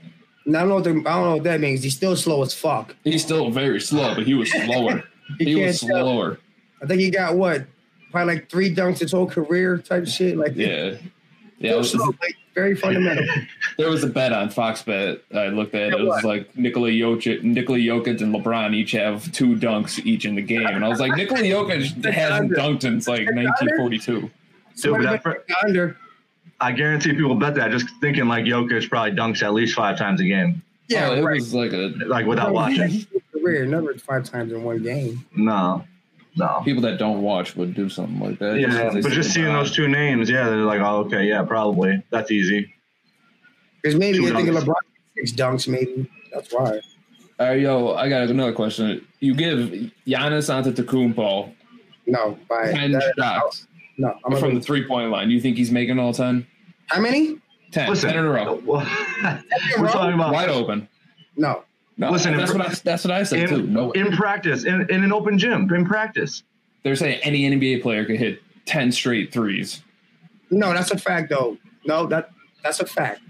[SPEAKER 8] Now, I don't know. What the, I don't know what that means. He's still slow as fuck.
[SPEAKER 6] He's still very slow, but he was slower.
[SPEAKER 8] You
[SPEAKER 6] he was
[SPEAKER 8] can't tell.
[SPEAKER 6] slower.
[SPEAKER 8] I think he got what, probably like three dunks his whole career type shit. Like
[SPEAKER 6] Yeah. Yeah, it
[SPEAKER 8] still
[SPEAKER 6] was-
[SPEAKER 8] slow, like, very fundamental.
[SPEAKER 6] there was a bet on Fox Bet I looked at. It,
[SPEAKER 8] Yeah,
[SPEAKER 6] it was
[SPEAKER 8] what?
[SPEAKER 6] like Nikola Jokic, Nikola Jokic and LeBron each have two dunks each in the game, and I was like, Nikola Jokic hasn't dunked since like 1942.
[SPEAKER 3] Dude,
[SPEAKER 8] Somebody
[SPEAKER 3] that,
[SPEAKER 8] better get under.
[SPEAKER 3] I guarantee people bet that just thinking like Jokic probably dunks at least five times a game,
[SPEAKER 8] Yeah,
[SPEAKER 6] Oh, it
[SPEAKER 8] right.
[SPEAKER 6] was like a
[SPEAKER 3] like without watching.
[SPEAKER 8] Career, never five times in one game.
[SPEAKER 3] No, no.
[SPEAKER 6] people that don't watch would do something like that.
[SPEAKER 3] Yeah,
[SPEAKER 6] 'cause they
[SPEAKER 3] but
[SPEAKER 6] see
[SPEAKER 3] just seeing
[SPEAKER 6] LeBron.
[SPEAKER 3] those two names, yeah, they're like, oh, okay, yeah, probably. That's easy.
[SPEAKER 8] Because maybe
[SPEAKER 3] Two
[SPEAKER 8] they're thinking
[SPEAKER 3] dunks.
[SPEAKER 8] LeBron six dunks, maybe. That's why.
[SPEAKER 6] All right, yo, I got another question. You give Giannis Antetokounmpo
[SPEAKER 8] No, by
[SPEAKER 6] ten
[SPEAKER 8] that-
[SPEAKER 6] shots
[SPEAKER 8] No, I'm
[SPEAKER 6] from
[SPEAKER 8] gonna,
[SPEAKER 6] the three point line. You think he's making all 10?
[SPEAKER 8] how many?
[SPEAKER 6] 10,
[SPEAKER 3] Listen,
[SPEAKER 6] 10 in a row,
[SPEAKER 3] we're talking about
[SPEAKER 6] wide open.
[SPEAKER 8] No,
[SPEAKER 6] No,
[SPEAKER 3] Listen,
[SPEAKER 6] that's
[SPEAKER 3] in-
[SPEAKER 6] what I, that's what I said too.
[SPEAKER 3] in,
[SPEAKER 6] No,
[SPEAKER 3] in practice, in, in an open gym, in practice.
[SPEAKER 6] they're saying any NBA player could hit ten straight threes.
[SPEAKER 8] no, that's a fact though. No, that that's a fact.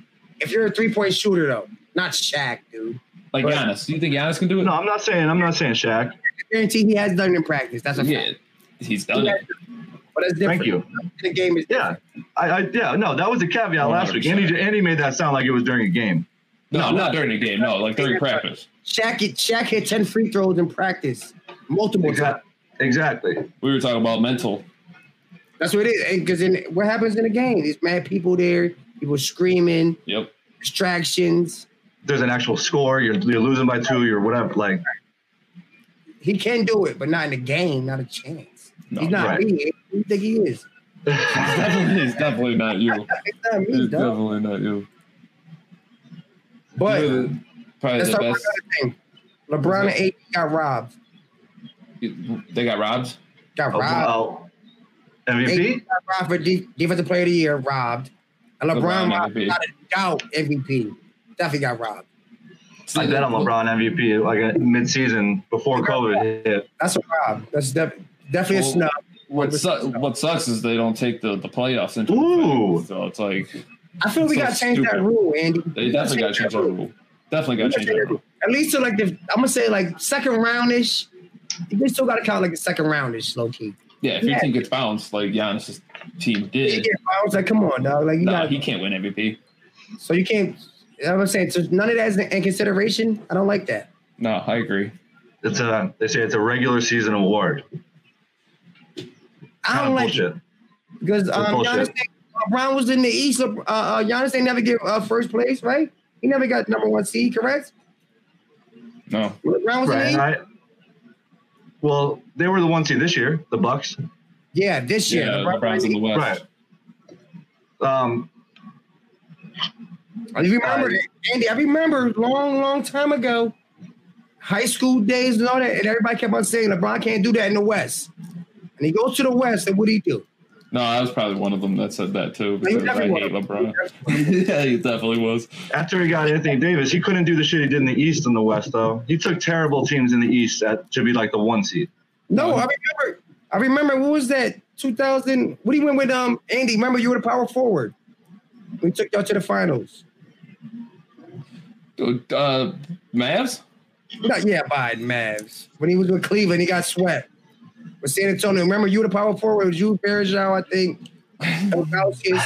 [SPEAKER 8] If you're a three point shooter though, not Shaq, dude.
[SPEAKER 6] Like
[SPEAKER 8] Right.
[SPEAKER 6] Giannis, do you think Giannis can do it?
[SPEAKER 3] No, I'm not saying. I'm not saying Shaq.
[SPEAKER 8] I guarantee he has done it in practice. That's a
[SPEAKER 6] yeah,
[SPEAKER 8] fact.
[SPEAKER 6] he's
[SPEAKER 8] He
[SPEAKER 6] done
[SPEAKER 8] has
[SPEAKER 6] it.
[SPEAKER 8] done it. But that's different.
[SPEAKER 3] Thank you.
[SPEAKER 8] The game is
[SPEAKER 3] Yeah, I, I yeah. No, that was a caveat last week.
[SPEAKER 6] 100%.
[SPEAKER 3] Andy Andy made that sound like it was during a game.
[SPEAKER 6] No,
[SPEAKER 8] No,
[SPEAKER 6] not
[SPEAKER 8] no.
[SPEAKER 6] during the game. No, like during practice.
[SPEAKER 8] Shaq, Shaq hit 10 free throws in practice multiple times.
[SPEAKER 3] Exactly. Exactly.
[SPEAKER 6] We were talking about mental.
[SPEAKER 8] That's what it is. Because in what happens in the game, there's mad people there, people screaming,
[SPEAKER 6] Yep.
[SPEAKER 8] distractions.
[SPEAKER 3] There's an actual score. You're you're losing by two. You're whatever. Like
[SPEAKER 8] He can do it, but not in the game, not a chance.
[SPEAKER 6] No,
[SPEAKER 8] He's not
[SPEAKER 3] right.
[SPEAKER 8] me. Who you think he is?
[SPEAKER 6] He's definitely, he's definitely not you.
[SPEAKER 8] It's not me,
[SPEAKER 6] He's
[SPEAKER 8] dog.
[SPEAKER 6] definitely not you.
[SPEAKER 8] But
[SPEAKER 6] You're the- probably
[SPEAKER 8] let's
[SPEAKER 6] the
[SPEAKER 8] talk about
[SPEAKER 6] best.
[SPEAKER 8] another thing. LeBron and AD got robbed.
[SPEAKER 6] They got robbed.
[SPEAKER 8] Got
[SPEAKER 3] oh,
[SPEAKER 8] robbed.
[SPEAKER 3] wow. MVP.
[SPEAKER 8] AD got robbed for D- Defensive Player of the Year, robbed. And LeBron,
[SPEAKER 6] LeBron
[SPEAKER 8] robbed
[SPEAKER 6] MVP.
[SPEAKER 8] without a doubt MVP. Definitely got robbed.
[SPEAKER 3] I bet on LeBron MVP like uh, mid-season before COVID hit.
[SPEAKER 8] That's a rob. That's def- definitely
[SPEAKER 6] Well,
[SPEAKER 8] a snub.
[SPEAKER 6] What, su- what sucks is they don't take the, the playoffs into
[SPEAKER 3] Ooh.
[SPEAKER 6] effect. So it's like
[SPEAKER 8] I feel we
[SPEAKER 6] so
[SPEAKER 8] got to change that
[SPEAKER 6] stupid.
[SPEAKER 8] rule, Andy.
[SPEAKER 6] they definitely got to change that rule. Definitely got to change that rule.
[SPEAKER 8] At least to like the, I'm gonna say like second roundish. They still got to count like the second roundish, low key.
[SPEAKER 6] Yeah, if your
[SPEAKER 8] Yeah.
[SPEAKER 6] team gets bounced like Giannis' team
[SPEAKER 8] Yeah,
[SPEAKER 6] did,
[SPEAKER 8] I was like, come on, dog. Like you
[SPEAKER 6] nah,
[SPEAKER 8] got
[SPEAKER 6] he can't win MVP.
[SPEAKER 8] so you can't. You know what I'm saying so none of that is in, in consideration. I don't like that.
[SPEAKER 6] No, I agree.
[SPEAKER 3] It's a they say it's a regular season award.
[SPEAKER 8] I don't like it
[SPEAKER 3] Bullshit.
[SPEAKER 8] because um, Giannis,
[SPEAKER 3] bullshit.
[SPEAKER 8] ain't- LeBron was in the East. Le- Uh, uh, Giannis ain't never get uh, first place, right? He never got number one seed, correct?
[SPEAKER 6] No,
[SPEAKER 8] LeBron
[SPEAKER 3] Right.
[SPEAKER 8] was
[SPEAKER 3] and
[SPEAKER 8] in the East.
[SPEAKER 3] I, well, they were the one seed this year, the Bucks.
[SPEAKER 8] Yeah, this year.
[SPEAKER 6] yeah, LeBron's in the West.
[SPEAKER 3] Right. Um,
[SPEAKER 8] I remember that, Andy. I remember long, long time ago, high school days and all that, and everybody kept on saying LeBron can't do that in the West. And he goes to the West, and what do he do?
[SPEAKER 6] No, I was probably one of them that said that too
[SPEAKER 8] He
[SPEAKER 6] because I
[SPEAKER 8] definitely
[SPEAKER 6] hate
[SPEAKER 8] was.
[SPEAKER 6] LeBron. yeah, he definitely was.
[SPEAKER 3] after he got Anthony Davis, he couldn't do the shit he did in the East and the West, though. He took terrible teams in the East at, to be like the one seed.
[SPEAKER 8] No, I remember. I remember. What was that? Two thousand? What he went with? Um, Andy. Remember you were the power forward. We took y'all to the finals.
[SPEAKER 6] Uh, Mavs?
[SPEAKER 8] Not, yeah, Biden Mavs. When he was with Cleveland, he got swept. With San Antonio, remember you the power forward it was you Bergeron, I think. Elkowskis.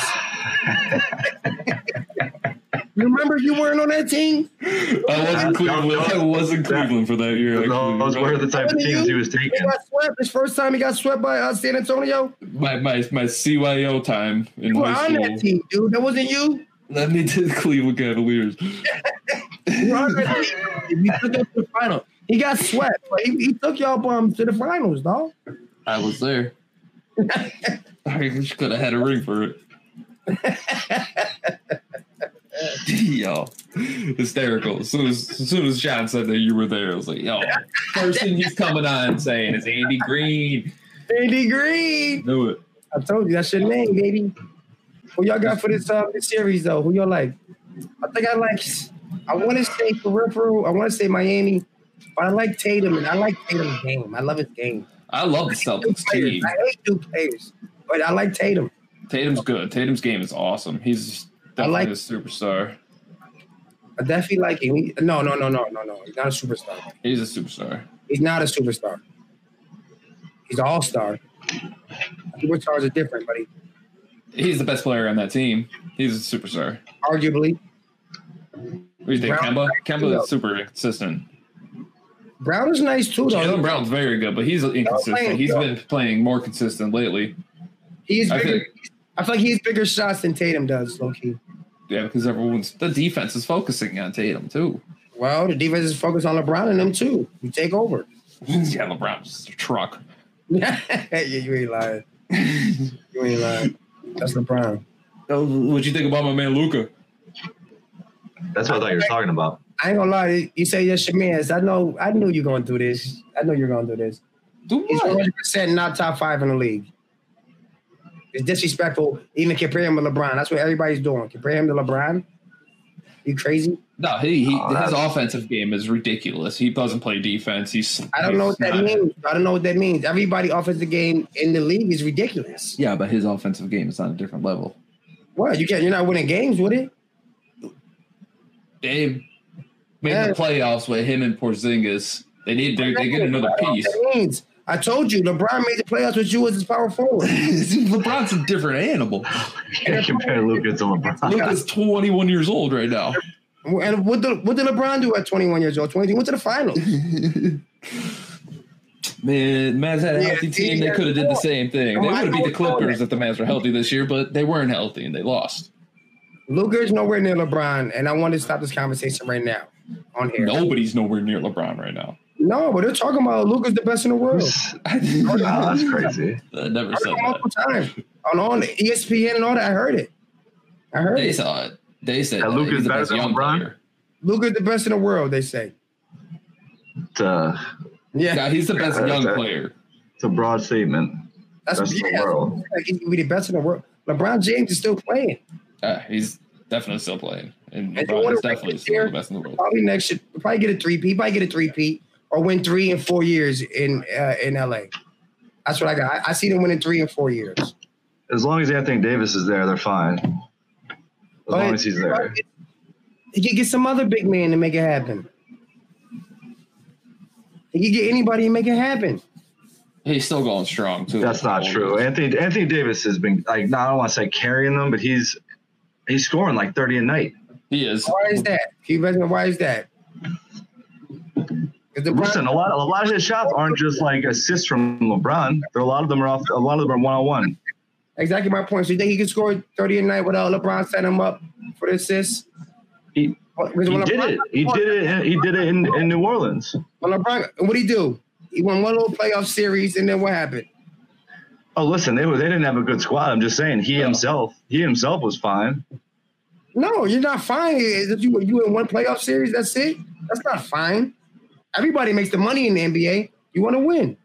[SPEAKER 8] you remember you weren't on that team?
[SPEAKER 6] I wasn't
[SPEAKER 3] No,
[SPEAKER 6] Cleveland.
[SPEAKER 3] no.
[SPEAKER 6] I wasn't Cleveland for that year. actually.
[SPEAKER 3] Those were the type of teams he was
[SPEAKER 8] He
[SPEAKER 3] taking.
[SPEAKER 8] got swept his first time. He got swept by uh, San Antonio.
[SPEAKER 6] my, my my CYO time in
[SPEAKER 8] You were
[SPEAKER 6] high
[SPEAKER 8] on
[SPEAKER 6] school.
[SPEAKER 8] that team, dude. That wasn't you.
[SPEAKER 6] Let me to the Cleveland Cavaliers.
[SPEAKER 8] You were on that team. He took us to the final. He got swept. but He, he took y'all bums to the finals, dog.
[SPEAKER 6] I was there. I just could have had a ring for it. yo, hysterical. As soon as, as soon as John said that you were there, I was like, yo, first thing he's coming on saying is Andy Green.
[SPEAKER 8] Andy Green.
[SPEAKER 6] Do it.
[SPEAKER 8] I told you that's your name, baby. Who y'all got for this uh, this series though? Who y'all like? I think I like. I want to say peripheral. I want to say Miami, but I like Tatum and I like Tatum's game. I love his game.
[SPEAKER 6] I love the Celtics
[SPEAKER 8] Players.
[SPEAKER 6] team.
[SPEAKER 8] I hate two players, but I like Tatum.
[SPEAKER 6] Tatum's good. Tatum's game is awesome. He's
[SPEAKER 8] I
[SPEAKER 6] definitely
[SPEAKER 8] like-
[SPEAKER 6] a superstar.
[SPEAKER 8] I definitely like him. He- no, no, no, no, no, no. He's not a superstar.
[SPEAKER 6] He's a superstar.
[SPEAKER 8] He's not a superstar. He's an all star. Superstars are different, buddy.
[SPEAKER 6] He's the best player on that team. He's a superstar.
[SPEAKER 8] Arguably,
[SPEAKER 6] What do you think,
[SPEAKER 8] Brown-
[SPEAKER 6] Kemba? Kemba is super consistent.
[SPEAKER 8] Brown is nice too, though.
[SPEAKER 6] Jalen Brown's very good, but he's inconsistent. He's been playing more consistent lately.
[SPEAKER 8] He's
[SPEAKER 6] I
[SPEAKER 8] bigger. I feel like he's bigger shots than Tatum does, low key.
[SPEAKER 6] Yeah, because everyone's the defense is focusing on Tatum too.
[SPEAKER 8] Well, the defense is focused on LeBron and them too. You take over.
[SPEAKER 6] yeah, LeBron's just a truck.
[SPEAKER 8] yeah, you ain't lying. you ain't lying. That's LeBron.
[SPEAKER 6] Oh, What'd you think about my man Luca?
[SPEAKER 3] That's what I thought you were talking about.
[SPEAKER 8] I ain't gonna lie. You say yes, your man's. I know. I knew you're gonna do this. I know you're gonna do this.
[SPEAKER 6] Do
[SPEAKER 8] He's
[SPEAKER 6] what?
[SPEAKER 8] 100 percent not top five in the league. It's disrespectful. Even compare him with LeBron. That's what everybody's doing. Compare him to LeBron. You crazy?
[SPEAKER 6] No, he, he
[SPEAKER 3] Oh,
[SPEAKER 6] his
[SPEAKER 3] that's-
[SPEAKER 6] offensive game is ridiculous. He doesn't play defense. He's
[SPEAKER 8] I don't know
[SPEAKER 6] he's
[SPEAKER 8] what that
[SPEAKER 6] not-
[SPEAKER 8] means. I don't know what that means. Everybody offensive game in the league is ridiculous.
[SPEAKER 6] Yeah, but his offensive game is on a different level.
[SPEAKER 8] What you can't? You're not winning games with it.
[SPEAKER 6] They made
[SPEAKER 8] Yeah.
[SPEAKER 6] the playoffs with him and Porzingis. They need they, they get another piece.
[SPEAKER 8] That means. I told you, LeBron made the playoffs with you as his power forward.
[SPEAKER 6] LeBron's a different animal.
[SPEAKER 3] Can't compare Luka to LeBron.
[SPEAKER 6] Luca's 21 years old right now.
[SPEAKER 8] and what did, what did LeBron do at 21 years old? 22 went to the finals.
[SPEAKER 6] Man, Mavs had a
[SPEAKER 8] Yeah,
[SPEAKER 6] healthy
[SPEAKER 8] see,
[SPEAKER 6] team. They
[SPEAKER 8] yeah.
[SPEAKER 6] could have did the same thing. They
[SPEAKER 8] Well,
[SPEAKER 6] would
[SPEAKER 8] I
[SPEAKER 6] have beat the
[SPEAKER 8] don't know
[SPEAKER 6] Clippers if the Mavs were healthy this year, but they weren't healthy and they lost.
[SPEAKER 8] Luka is nowhere near LeBron, and I want to stop this conversation right now on here.
[SPEAKER 6] Nobody's nowhere near LeBron right now.
[SPEAKER 8] No, but they're talking about Luka's the best in the world.
[SPEAKER 6] I
[SPEAKER 3] Wow, that's crazy.
[SPEAKER 6] never
[SPEAKER 8] I
[SPEAKER 6] said
[SPEAKER 8] heard it
[SPEAKER 6] that.
[SPEAKER 8] multiple times on on E ESPN and all that. I heard it. I heard
[SPEAKER 6] They
[SPEAKER 8] it.
[SPEAKER 6] saw it. They said
[SPEAKER 3] Yeah,
[SPEAKER 6] that.
[SPEAKER 3] Luka's
[SPEAKER 6] He's the
[SPEAKER 3] better
[SPEAKER 6] best
[SPEAKER 3] than
[SPEAKER 6] young
[SPEAKER 3] LeBron.
[SPEAKER 6] player.
[SPEAKER 8] Luka's the best in the world. They say.
[SPEAKER 3] It's a,
[SPEAKER 8] Yeah,
[SPEAKER 6] Yeah, he's the best
[SPEAKER 3] Yeah,
[SPEAKER 6] young
[SPEAKER 3] that-
[SPEAKER 6] player.
[SPEAKER 3] it's a broad statement.
[SPEAKER 8] that's
[SPEAKER 3] best in the
[SPEAKER 8] yeah,
[SPEAKER 3] world.
[SPEAKER 8] Like he's gonna be the best in the world. LeBron James is still playing.
[SPEAKER 6] Uh, he's definitely still playing. And
[SPEAKER 8] And you
[SPEAKER 6] LeBron
[SPEAKER 8] wanna
[SPEAKER 6] is definitely
[SPEAKER 8] rank
[SPEAKER 6] still
[SPEAKER 8] here?
[SPEAKER 6] the best in the world.
[SPEAKER 8] Probably next year. Probably get a three P. Probably get a three P. Or win three in four years in uh, in LA. That's what I got. I, I see them winning three in four years. As
[SPEAKER 3] As long as Anthony Davis is there, they're fine. As long as he's there.
[SPEAKER 8] He could get some other big man to make it happen. He could get anybody to make it happen.
[SPEAKER 6] He's still going strong, too.
[SPEAKER 3] That's not true. Anthony Anthony Davis has been like not I don't want to say carrying them, but he's he's scoring like 30 a night.
[SPEAKER 6] He is.
[SPEAKER 8] Why is that? Can you imagine why is that? 'Cause LeBron-
[SPEAKER 3] Listen, a lot a lot of his shots aren't just like assists from LeBron. There are a lot of them are off a lot of them are one on one.
[SPEAKER 8] exactly my point. So you think he could score 30 a night without LeBron setting him up for the assist?
[SPEAKER 3] He-
[SPEAKER 8] Because
[SPEAKER 3] He
[SPEAKER 8] when
[SPEAKER 3] did
[SPEAKER 8] LeBron-
[SPEAKER 3] it. He did it in, he did it in, in New Orleans.
[SPEAKER 8] When LeBron, what'd he do? He won one little playoff series, and then what happened?
[SPEAKER 3] Oh listen, they were they didn't have a good squad. I'm just saying he himself he himself was fine.
[SPEAKER 8] No, you're not fine. Is it you, you in one playoff series? That's it? That's not fine. Everybody makes the money in the NBA. You want to win,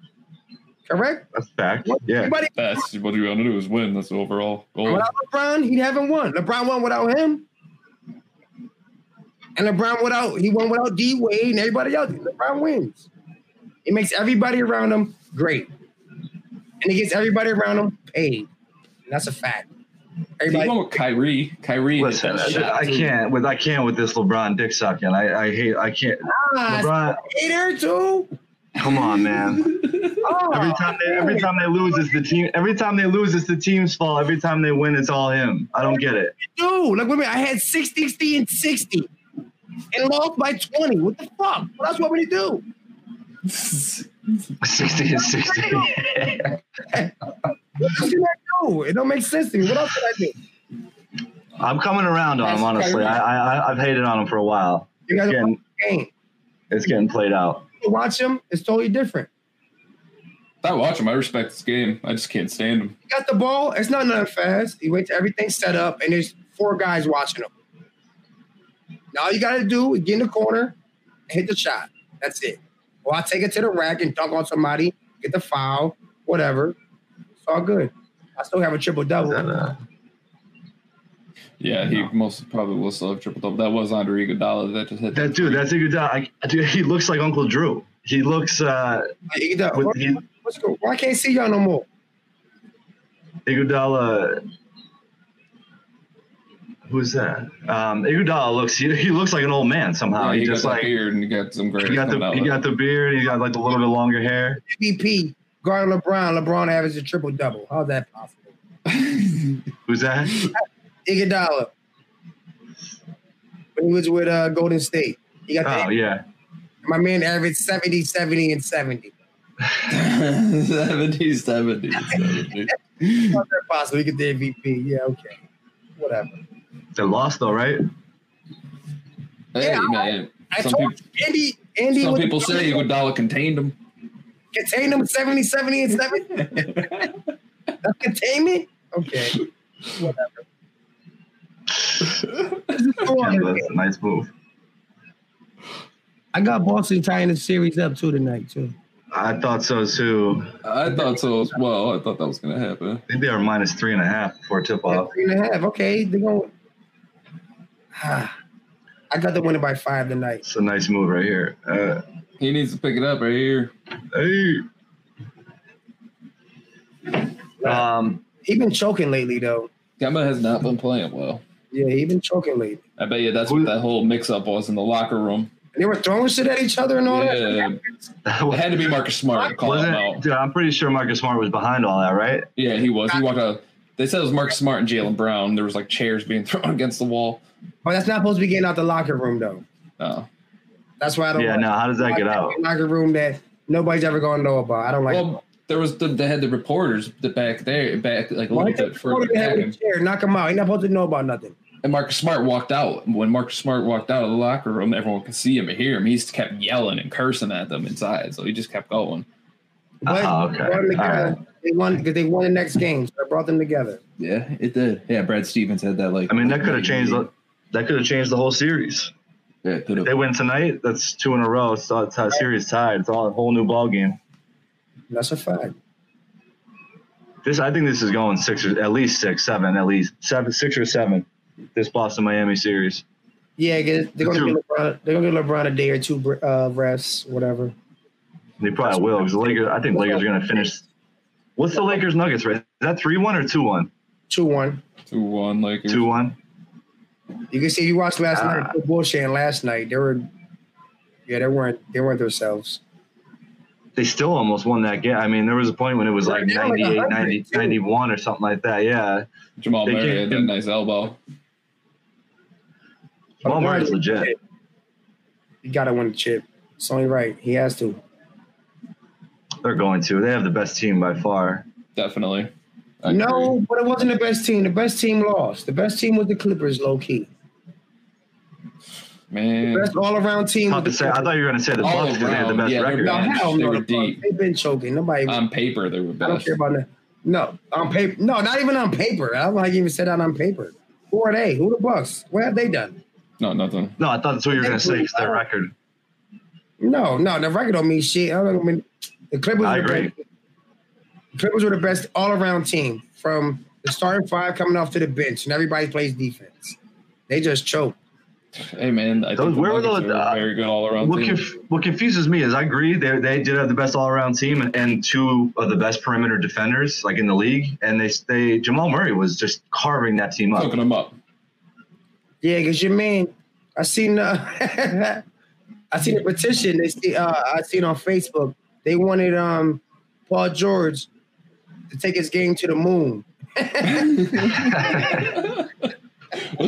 [SPEAKER 8] correct?
[SPEAKER 3] That's a fact. Yeah.
[SPEAKER 8] Everybody
[SPEAKER 6] That's what you want to do is win. That's the overall goal.
[SPEAKER 8] without LeBron, he haven't won. LeBron won without him, and LeBron without he won without D Wade and everybody else. LeBron wins. It makes everybody around him great, and it gets everybody around him paid. And that's a fact.
[SPEAKER 6] Everybody,
[SPEAKER 8] Everybody,
[SPEAKER 6] with Kyrie, Kyrie hit
[SPEAKER 3] Listen,
[SPEAKER 6] that
[SPEAKER 3] I,
[SPEAKER 6] shot,
[SPEAKER 3] I
[SPEAKER 6] too.
[SPEAKER 3] can't with I can't with this LeBron dick sucking. I, I hate I can't.
[SPEAKER 8] ah,
[SPEAKER 3] LeBron,
[SPEAKER 8] hater too.
[SPEAKER 3] come on, man. Every time they every time they lose, it's the team. Every time they lose, it's the team's fault. Every time they win, it's all him. I don't get it.
[SPEAKER 8] Dude, like, wait a minute. I had 60 and 60 and lost by 20. What the fuck? What else you want me to do?
[SPEAKER 3] Sixty and sixty.
[SPEAKER 8] What else can I do? It don't make sense to me. What else can I do?
[SPEAKER 3] I'm coming around on him. Honestly, I, I I've hated on him for a while.
[SPEAKER 8] You
[SPEAKER 3] It's
[SPEAKER 8] guys are
[SPEAKER 3] getting
[SPEAKER 8] game.
[SPEAKER 3] it's getting played out.
[SPEAKER 8] You watch him, it's totally different.
[SPEAKER 6] I watch him. I respect this game. I just can't stand him.
[SPEAKER 8] He got the ball, it's not nothing fast. He waits till everything's set up, and there's four guys watching him. Now all you gotta do is get in the corner and hit the shot. That's it. Or I take it to the rack and dunk on somebody, get the foul, whatever. It's all good. I still have a triple double.
[SPEAKER 3] That, uh,
[SPEAKER 6] Yeah, he most probably will still have triple double. That was Andre Iguodala that just hit.
[SPEAKER 3] that dude, that's a good guy. I, dude, he looks like Uncle Drew. He looks uh, with the-
[SPEAKER 8] What's go- Why can't I see y'all no more?
[SPEAKER 3] Iguodala. Who's that? Um, Iguodala looks. He, he looks like an old man somehow.
[SPEAKER 6] yeah,
[SPEAKER 3] he,
[SPEAKER 6] he got
[SPEAKER 3] just
[SPEAKER 6] that
[SPEAKER 3] like
[SPEAKER 6] beard and he got some great.
[SPEAKER 3] he got the he got the beard. He got like the little bit longer hair.
[SPEAKER 8] MVP guarding LeBron. LeBron averages a triple double. How's that possible?
[SPEAKER 3] Who's that?
[SPEAKER 8] Iguodala. When he was with uh, Golden State, he got the
[SPEAKER 3] Oh yeah.
[SPEAKER 8] My man averaged 70, 70, and 70.
[SPEAKER 6] 70, 70, 70. Hmm.
[SPEAKER 8] How's that possible? He get the MVP. Yeah, okay. Whatever.
[SPEAKER 3] They lost though, right?
[SPEAKER 6] Hey,
[SPEAKER 8] Yeah,
[SPEAKER 6] man.
[SPEAKER 8] I
[SPEAKER 6] Some,
[SPEAKER 8] told
[SPEAKER 6] peop-
[SPEAKER 8] you, Andy, Andy
[SPEAKER 6] some
[SPEAKER 8] was-
[SPEAKER 6] people say Iguodala contained him.
[SPEAKER 8] contain him 70, 70, and 70. That's containment? Okay. Whatever.
[SPEAKER 3] Yeah, but that's a nice move.
[SPEAKER 8] I got Boston tying the series up too tonight, too.
[SPEAKER 3] I thought so too.
[SPEAKER 6] I thought so as well. I thought that was going to happen.
[SPEAKER 3] I think they were minus three and a half before tip
[SPEAKER 8] Yeah,
[SPEAKER 3] off.
[SPEAKER 8] three and a half. Okay. They're going. I got the winner by five tonight.
[SPEAKER 3] It's a nice move right here. Uh,
[SPEAKER 6] He needs to pick it up right here.
[SPEAKER 3] hey. Um,
[SPEAKER 8] He been choking lately, though.
[SPEAKER 6] Kemba has not been playing well.
[SPEAKER 8] Yeah, he been choking lately.
[SPEAKER 6] I bet you that's what that whole mix-up was in the locker room.
[SPEAKER 8] And they were throwing shit at each other and all
[SPEAKER 6] Yeah,
[SPEAKER 8] that.
[SPEAKER 6] it had to be Marcus Smart. to Call him
[SPEAKER 3] wasn't
[SPEAKER 6] out.
[SPEAKER 3] dude, I'm pretty sure Marcus Smart was behind all that, right?
[SPEAKER 6] Yeah, he was. He walked out. They said it was Marcus Smart and Jalen Brown. There was like chairs being thrown against the wall.
[SPEAKER 8] But Oh, that's not supposed to be getting out the locker room, though.
[SPEAKER 6] No.
[SPEAKER 8] That's why I don't.
[SPEAKER 3] Yeah.
[SPEAKER 8] like
[SPEAKER 3] No. How does that get
[SPEAKER 8] like
[SPEAKER 3] out?
[SPEAKER 8] that Locker room that nobody's ever gonna know about. I don't like.
[SPEAKER 6] Well, there was the, they had the reporters the back there, back like a little
[SPEAKER 8] Why
[SPEAKER 6] bit
[SPEAKER 8] take the
[SPEAKER 6] further
[SPEAKER 8] quarter
[SPEAKER 6] back,
[SPEAKER 8] head with
[SPEAKER 6] and,
[SPEAKER 8] a chair, knock him out. He not supposed to know about nothing.
[SPEAKER 6] and Marcus Smart walked out. When Marcus Smart walked out of the locker room, everyone could see him and hear him. He just kept yelling and cursing at them inside, so he just kept going.
[SPEAKER 8] But
[SPEAKER 3] Oh,
[SPEAKER 8] they
[SPEAKER 3] okay.
[SPEAKER 8] brought them together.
[SPEAKER 3] All
[SPEAKER 8] They won because they won the next game. So I brought them together.
[SPEAKER 5] Yeah, it did. Yeah, Brad Stevens had that like.
[SPEAKER 3] I mean, that could have changed. The, that could have changed the whole series.
[SPEAKER 5] Yeah, could
[SPEAKER 3] They
[SPEAKER 5] have.
[SPEAKER 3] win tonight. That's two in a row. It's all, it's a series tied. It's all a whole new ball game.
[SPEAKER 8] That's a fact.
[SPEAKER 3] This, I think, this is going six or at least six, seven, at least seven, six or seven. This Boston Miami series.
[SPEAKER 8] Yeah, 'cause they're gonna
[SPEAKER 3] True.
[SPEAKER 8] give LeBron. They're gonna give LeBron a day or two br- uh, rests, whatever.
[SPEAKER 3] They probably will because the Lakers. I think Lakers are going to finish. What's the Lakers Nuggets right? Is that three one or two one?
[SPEAKER 8] Two one.
[SPEAKER 6] Two one, like
[SPEAKER 3] Two one.
[SPEAKER 8] You can see you watched last
[SPEAKER 3] Ah.
[SPEAKER 8] night. The bullshit and last night they were. Yeah, they weren't. They weren't themselves.
[SPEAKER 3] They still almost won that game. I mean, there was a point when it was like
[SPEAKER 8] They're down like
[SPEAKER 3] 98,
[SPEAKER 8] 100,
[SPEAKER 3] 90,
[SPEAKER 8] too.
[SPEAKER 3] 91 or something like that. Yeah.
[SPEAKER 6] Jamal
[SPEAKER 3] They
[SPEAKER 6] Murray
[SPEAKER 3] can't-
[SPEAKER 6] had that nice elbow.
[SPEAKER 3] Jamal
[SPEAKER 8] LeBron
[SPEAKER 3] Murray's
[SPEAKER 8] is
[SPEAKER 3] legit.
[SPEAKER 8] You gotta win the chip. It's only right. He has to.
[SPEAKER 3] They're going to. They have the best team by far.
[SPEAKER 6] Definitely. I
[SPEAKER 8] no,
[SPEAKER 6] agree.
[SPEAKER 8] but it wasn't the best team. The best team lost. The best team was the Clippers, low key.
[SPEAKER 6] man.
[SPEAKER 8] Best all around team.
[SPEAKER 3] Tough Mm. to
[SPEAKER 8] was the
[SPEAKER 3] say. I
[SPEAKER 8] Clippers.
[SPEAKER 3] thought you were going to say the
[SPEAKER 6] All
[SPEAKER 3] Bucks because they had Um, the
[SPEAKER 6] around,
[SPEAKER 3] best
[SPEAKER 6] yeah, they're
[SPEAKER 3] record.
[SPEAKER 8] no,
[SPEAKER 6] bad.
[SPEAKER 8] hell
[SPEAKER 6] They
[SPEAKER 8] no.
[SPEAKER 6] were
[SPEAKER 8] The Bucks,
[SPEAKER 6] deep.
[SPEAKER 8] They've been choking. Nobody.
[SPEAKER 6] On paper, they were
[SPEAKER 8] I don't
[SPEAKER 6] best.
[SPEAKER 8] care about that. No, on paper. No, not even on paper. I don't like even said that on paper. Who are they? Who the Bucks? What have they done?
[SPEAKER 6] No, nothing.
[SPEAKER 3] No, I thought that's what you were going to say because their record.
[SPEAKER 8] No, no. The record don't mean shit. I don't mean the Clippers.
[SPEAKER 3] I
[SPEAKER 8] were the
[SPEAKER 3] agree.
[SPEAKER 8] best- The Clippers were the best all around team from the starting five coming off to the bench, and everybody plays defense. They just choke.
[SPEAKER 6] Hey man, I
[SPEAKER 3] Those-
[SPEAKER 6] think the
[SPEAKER 3] where were
[SPEAKER 6] Nuggets
[SPEAKER 3] those,
[SPEAKER 6] are a
[SPEAKER 3] uh,
[SPEAKER 6] very good all around.
[SPEAKER 3] What, conf- what confuses me is I agree they, they did have the best all around team and, and two of the best perimeter defenders like in the league, and they they Jamal Murray was just carving that team up.
[SPEAKER 6] Hooking them up.
[SPEAKER 8] Yeah, because your man, I seen uh, I seen a petition. They see, uh, I seen on Facebook. They wanted um Paul George to take his game to the moon.
[SPEAKER 6] What